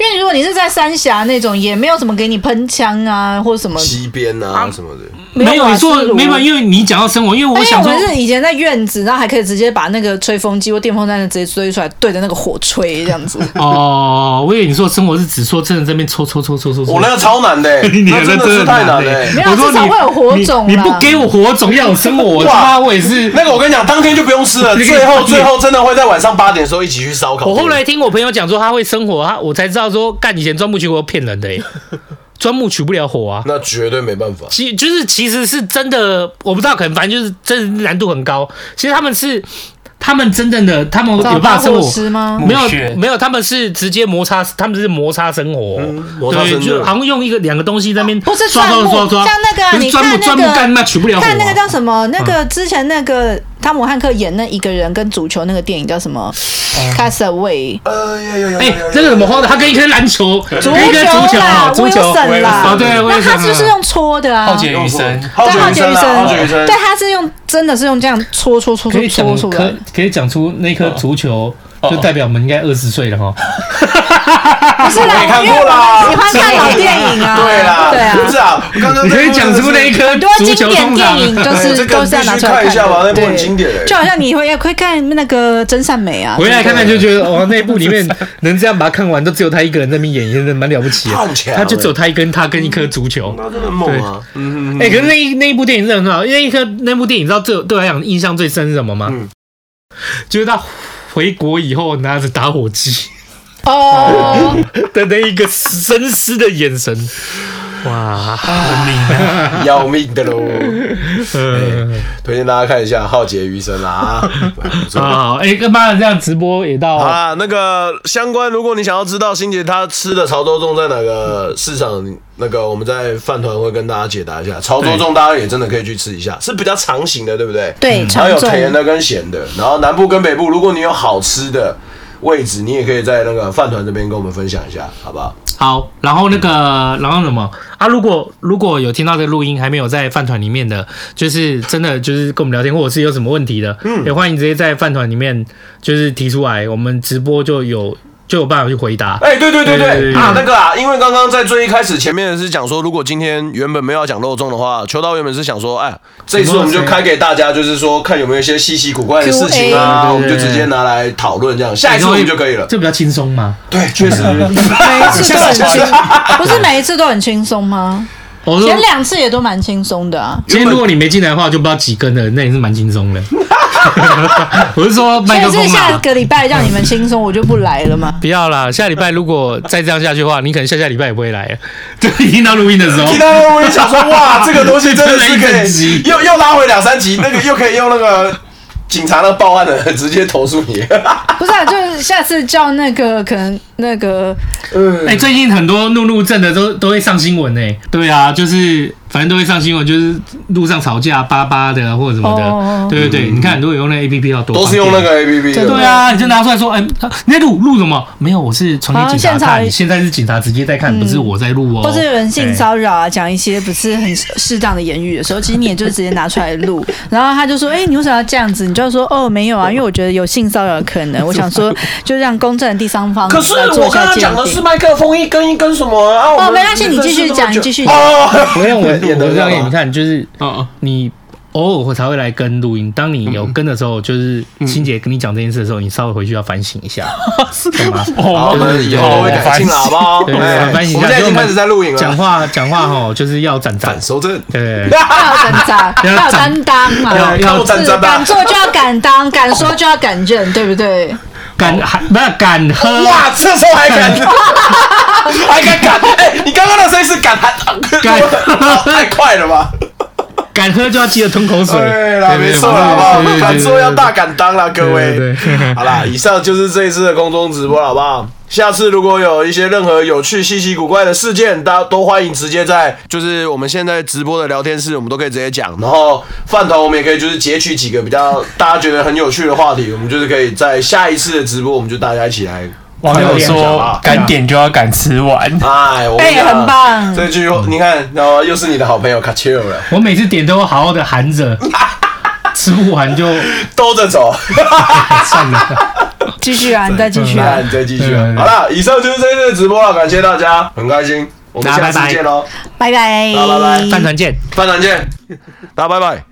[SPEAKER 6] 为如果你是在三峡那种，也没有什么给你喷枪啊或者什么，
[SPEAKER 2] 西边啊什么的，
[SPEAKER 5] 没有
[SPEAKER 6] 瓦
[SPEAKER 5] 你
[SPEAKER 6] 斯
[SPEAKER 5] 说
[SPEAKER 6] 炉
[SPEAKER 5] 没有，因为你讲到生活，因为我
[SPEAKER 6] 因为
[SPEAKER 5] 想
[SPEAKER 6] 哎我
[SPEAKER 5] 说
[SPEAKER 6] 们是以前在院子，然后还可以直接把那个吹风机或电风扇直接吹出来，对着那个火吹这样 子。
[SPEAKER 5] 哦，我以为你说生活是只说真的这边抽抽抽抽抽抽，
[SPEAKER 2] 我那个超难 的，
[SPEAKER 5] 你
[SPEAKER 2] 那
[SPEAKER 5] 的
[SPEAKER 2] 真的是
[SPEAKER 5] 真的
[SPEAKER 2] 太
[SPEAKER 5] 很
[SPEAKER 2] 难
[SPEAKER 5] 难
[SPEAKER 2] 了
[SPEAKER 5] 欸。
[SPEAKER 6] 没有啊
[SPEAKER 5] 我说
[SPEAKER 6] 至少
[SPEAKER 5] 你
[SPEAKER 6] 会有火种啊
[SPEAKER 5] 你你
[SPEAKER 6] 啦
[SPEAKER 5] 不给我火种，要有生活，我
[SPEAKER 2] 哇
[SPEAKER 5] 他妈我也是。
[SPEAKER 2] 那个我跟你讲，当天就不用 吃了。
[SPEAKER 5] 那个
[SPEAKER 2] 最后最后真的会在晚上八点的时候一起去烧烤。
[SPEAKER 5] 我后来听我朋友讲说他会生火，他我才知道说干以前钻木取火骗人 的、欸，钻木取不了火啊。
[SPEAKER 2] 那绝对没办法。
[SPEAKER 5] 其就是其实是真的，我不知道，可能反正就是真的难度很高。其实他们是他们真正的他们有办法
[SPEAKER 6] 大
[SPEAKER 5] 生
[SPEAKER 6] 火
[SPEAKER 5] 火。
[SPEAKER 6] 师吗？
[SPEAKER 5] 没
[SPEAKER 3] 木屑
[SPEAKER 5] 有没有，他们是直接摩擦，他们是摩擦生火，
[SPEAKER 2] 嗯摩擦生
[SPEAKER 5] 对，就
[SPEAKER 2] 热
[SPEAKER 5] 好像用一个两个东西在那边
[SPEAKER 6] 哦不是
[SPEAKER 5] 刷
[SPEAKER 6] 钻
[SPEAKER 5] 刷
[SPEAKER 6] 木
[SPEAKER 5] 刷刷，
[SPEAKER 6] 像那个啊
[SPEAKER 5] 不是
[SPEAKER 6] 你
[SPEAKER 5] 钻木
[SPEAKER 6] 看那
[SPEAKER 5] 钻木
[SPEAKER 6] 个
[SPEAKER 5] 干嘛取不了火啊，
[SPEAKER 6] 看那个叫什么？那个之前那个汤姆汉克演那一个人跟足球那个电影叫什么？Castaway。
[SPEAKER 5] 嗯
[SPEAKER 2] 哎呀呀呀！
[SPEAKER 5] 哎那个什么花的，他跟一颗篮球，
[SPEAKER 6] 足
[SPEAKER 5] 跟一颗足
[SPEAKER 6] 球
[SPEAKER 5] 球
[SPEAKER 6] 啦，
[SPEAKER 5] 足球，
[SPEAKER 6] ，Wilson
[SPEAKER 5] 哦
[SPEAKER 6] 啦，
[SPEAKER 5] 对，
[SPEAKER 6] 那他
[SPEAKER 5] Wilson
[SPEAKER 6] 就是
[SPEAKER 5] 啊
[SPEAKER 6] 用搓的啊，
[SPEAKER 3] 浩劫余生，
[SPEAKER 2] 浩
[SPEAKER 6] 对，浩
[SPEAKER 2] 劫
[SPEAKER 6] 劫
[SPEAKER 2] 余
[SPEAKER 6] 余
[SPEAKER 2] 生啊，浩劫余
[SPEAKER 6] 生，
[SPEAKER 2] 生
[SPEAKER 6] 对，。他是用真的是用这样搓搓搓
[SPEAKER 5] 可以
[SPEAKER 6] 搓
[SPEAKER 5] 讲
[SPEAKER 6] 搓出来
[SPEAKER 5] 可。可以讲出那颗足球，
[SPEAKER 3] 哦
[SPEAKER 5] 就代表我们应该二十岁了哈。
[SPEAKER 6] 不是啦，因为我们 喜欢看老电影啊，
[SPEAKER 2] 对啦，
[SPEAKER 6] 对
[SPEAKER 2] 不是
[SPEAKER 6] 啊，
[SPEAKER 2] 啊，刚刚
[SPEAKER 5] 你可以讲出那一颗
[SPEAKER 6] 很多
[SPEAKER 5] 足
[SPEAKER 6] 经
[SPEAKER 5] 球
[SPEAKER 6] 典
[SPEAKER 5] 通
[SPEAKER 6] 电
[SPEAKER 5] 常
[SPEAKER 6] 影就
[SPEAKER 2] 哎这
[SPEAKER 6] 是
[SPEAKER 2] 个
[SPEAKER 6] 都是要拿出来看
[SPEAKER 2] 必须看一下吧那
[SPEAKER 6] 的，
[SPEAKER 2] 部很
[SPEAKER 6] 对
[SPEAKER 2] 经典欸
[SPEAKER 6] 就好像你会也会看那个《真善美》啊，
[SPEAKER 5] 回来看看就觉得哇，哦那部里面能这样把它看完，都只有他一个人在那边演，真的蛮了不起的
[SPEAKER 2] 好强。
[SPEAKER 5] 他就只有他一根，他跟一颗足球。
[SPEAKER 2] 那真的猛啊！嗯，
[SPEAKER 5] 哎、可是那一那一部电影真的很好，因为一颗那部电影，你知道最对我来讲印象最深是什么吗？
[SPEAKER 2] 嗯
[SPEAKER 5] 就是他回国以后拿着打火机
[SPEAKER 6] 哦，
[SPEAKER 5] 的那一个深思的眼神，哇，
[SPEAKER 2] 要命的喽！
[SPEAKER 5] 呃，
[SPEAKER 2] 推荐大家看一下《浩劫余生》 啊，不错
[SPEAKER 5] 啊，哎、跟妈的这样直播也到
[SPEAKER 2] 好啦，啊那个相关，如果你想要知道欣姐她吃的潮州粽在哪个市场，那个我们在饭团会跟大家解答一下。潮州粽大家也真的可以去吃一下，是比较长型的，对不对？
[SPEAKER 6] 对
[SPEAKER 2] 然嗯后有
[SPEAKER 6] 长粽
[SPEAKER 2] 甜的跟咸的，然后南部跟北部，如果你有好吃的位置，你也可以在那个饭团这边跟我们分享一下，好不好？
[SPEAKER 5] 好，然后那个，然后什么啊？如果如果有听到这个录音还没有在饭团里面的，就是真的就是跟我们聊天，或者是有什么问题的，
[SPEAKER 2] 嗯
[SPEAKER 5] 也欢迎直接在饭团里面就是提出来，我们直播就有就有办法去回答。
[SPEAKER 2] 哎、对对对
[SPEAKER 5] 对
[SPEAKER 2] 对
[SPEAKER 5] 对对
[SPEAKER 2] 啊，那个啊，因为刚刚在最一开始前面是讲说，如果今天原本没有要讲肉粽的话，秋刀原本是想说，哎，这一次我们就开给大家，就是说看有没有一些稀奇古怪的事情啊，
[SPEAKER 5] Q&A
[SPEAKER 2] 我们就直接拿来讨论这样，下哎一次我们就可以了。
[SPEAKER 5] 这比较轻松嘛。
[SPEAKER 2] 对，确 实，
[SPEAKER 6] 每一次都很轻， 不是每一次都很轻松吗？
[SPEAKER 5] 我说
[SPEAKER 6] 前，两次也都蛮轻松的啊，
[SPEAKER 5] 今天如果你没进来的话，就不知道几根了，那也是蛮轻松的。 我是说
[SPEAKER 6] 所
[SPEAKER 5] 麦克
[SPEAKER 6] 以是
[SPEAKER 5] 风
[SPEAKER 6] 下
[SPEAKER 5] 嘛。
[SPEAKER 6] 个礼拜让你们轻松，我就不来 了嘛。
[SPEAKER 5] 不要啦，下礼拜如果再这样下去的话，你可能下下礼拜也不会来 了。对，听到录音的时候
[SPEAKER 2] 听，到我也想说，哇，这个东西真的是
[SPEAKER 5] 真的
[SPEAKER 2] 可
[SPEAKER 5] 很
[SPEAKER 2] 以
[SPEAKER 5] 急
[SPEAKER 2] 又又拉回两三集，那个又可以用那个警察那报案的直接投诉你。
[SPEAKER 6] 不是啊，就是下次叫那个可能那个
[SPEAKER 5] 哎、最近很多怒怒症的都都会上新闻哎、对啊，就是反正都会上新闻，就是路上吵架、巴巴的啊或者什么的。
[SPEAKER 6] 哦
[SPEAKER 5] 对对对，你看很多人嗯用那 A P P 要多，
[SPEAKER 2] 都是用那。 个 A P P
[SPEAKER 5] 对
[SPEAKER 2] 的，
[SPEAKER 5] 啊，你就拿出来说，哎、你在录录什么？没有，我是传给警察
[SPEAKER 6] 啊现
[SPEAKER 5] 看，
[SPEAKER 6] 场
[SPEAKER 5] 现在是警察直接在看，不是我在录哦。
[SPEAKER 6] 或者有人性骚扰啊，讲一些不是很适当的言语的时候，其实你也就直接拿出来录，然后他就说：“哎、你为什么要这样子？”你就要说：“哦，没有啊，因为我觉得有性骚扰的可能，我想 说就让公正的第三方
[SPEAKER 2] 可是
[SPEAKER 6] 来做
[SPEAKER 2] 我刚
[SPEAKER 6] 一下
[SPEAKER 2] 刚
[SPEAKER 6] 鉴
[SPEAKER 2] 讲的
[SPEAKER 6] 定
[SPEAKER 2] 是麦克风一根一根什么啊？我
[SPEAKER 6] 哦，
[SPEAKER 2] 们
[SPEAKER 6] 没关系，你继续讲，你继续讲。
[SPEAKER 2] 哦，
[SPEAKER 5] 哎，没有我我我让给你
[SPEAKER 2] 看。
[SPEAKER 5] 看，就是
[SPEAKER 3] 嗯，
[SPEAKER 5] 你偶尔会才会来跟录音，当你有跟的时候，就是欣姐跟你讲这件事的时候，你稍微回去要反省一 下，懂嗯吗？
[SPEAKER 2] 好，
[SPEAKER 3] 哦
[SPEAKER 2] 我们以后会改进了，好不 好？
[SPEAKER 5] 对，
[SPEAKER 2] 哎
[SPEAKER 5] 反省一
[SPEAKER 2] 我
[SPEAKER 5] 下。
[SPEAKER 2] 们现在已经开始在录影
[SPEAKER 5] 讲
[SPEAKER 2] 了。
[SPEAKER 5] 话讲话吼，就是要斩斩
[SPEAKER 2] 反，收正，
[SPEAKER 5] 对，
[SPEAKER 6] 要有担当，要有担当嘛，
[SPEAKER 5] 要
[SPEAKER 2] 看我站
[SPEAKER 6] 是
[SPEAKER 2] 站吧
[SPEAKER 6] 敢。做就要敢当，敢说就要敢认，对不对？
[SPEAKER 5] 敢喊不是敢喝，
[SPEAKER 2] 哇，这时候还 敢，还敢敢？哎，你刚刚那声音是敢喊，
[SPEAKER 5] 敢
[SPEAKER 2] 太快了吧？
[SPEAKER 5] 敢喝就要记得吞口水。
[SPEAKER 2] 对啦，没错啦，好不好？敢说要大敢当啦，各
[SPEAKER 5] 对
[SPEAKER 2] 位
[SPEAKER 5] 对对。
[SPEAKER 2] 好啦，以上就是这一次的空中直播，好不好？下次如果有一些任何有趣、稀奇古怪的事件，大家都欢迎直接在就是我们现在直播的聊天室，我们都可以直接讲。然后饭团我们也可以就是截取几个比较大家觉得很有趣的话题，我们就是可以在下一次的直播，我们就大家一起来。
[SPEAKER 3] 网友说
[SPEAKER 2] 啊
[SPEAKER 3] 敢点就要敢吃完，
[SPEAKER 2] 哎，我跟你
[SPEAKER 6] 哎
[SPEAKER 2] 讲
[SPEAKER 6] 很棒
[SPEAKER 2] 这句话你看，然后又是你的好朋友卡切尔了，
[SPEAKER 5] 我每次点都好好 的含着，吃不完就哎
[SPEAKER 2] 兜着走。
[SPEAKER 5] 算了。
[SPEAKER 6] 继续啊，你再继续啊
[SPEAKER 2] 那。你再继续啊
[SPEAKER 7] 对对。对
[SPEAKER 2] 好啦，以上就是这一次的直播了，感谢大家，很开心，我们
[SPEAKER 5] 大家
[SPEAKER 2] 下次
[SPEAKER 5] 拜拜
[SPEAKER 2] 见喽，
[SPEAKER 6] 拜拜，
[SPEAKER 2] 好拜拜
[SPEAKER 5] 饭团见。
[SPEAKER 2] 饭团见，大家拜拜。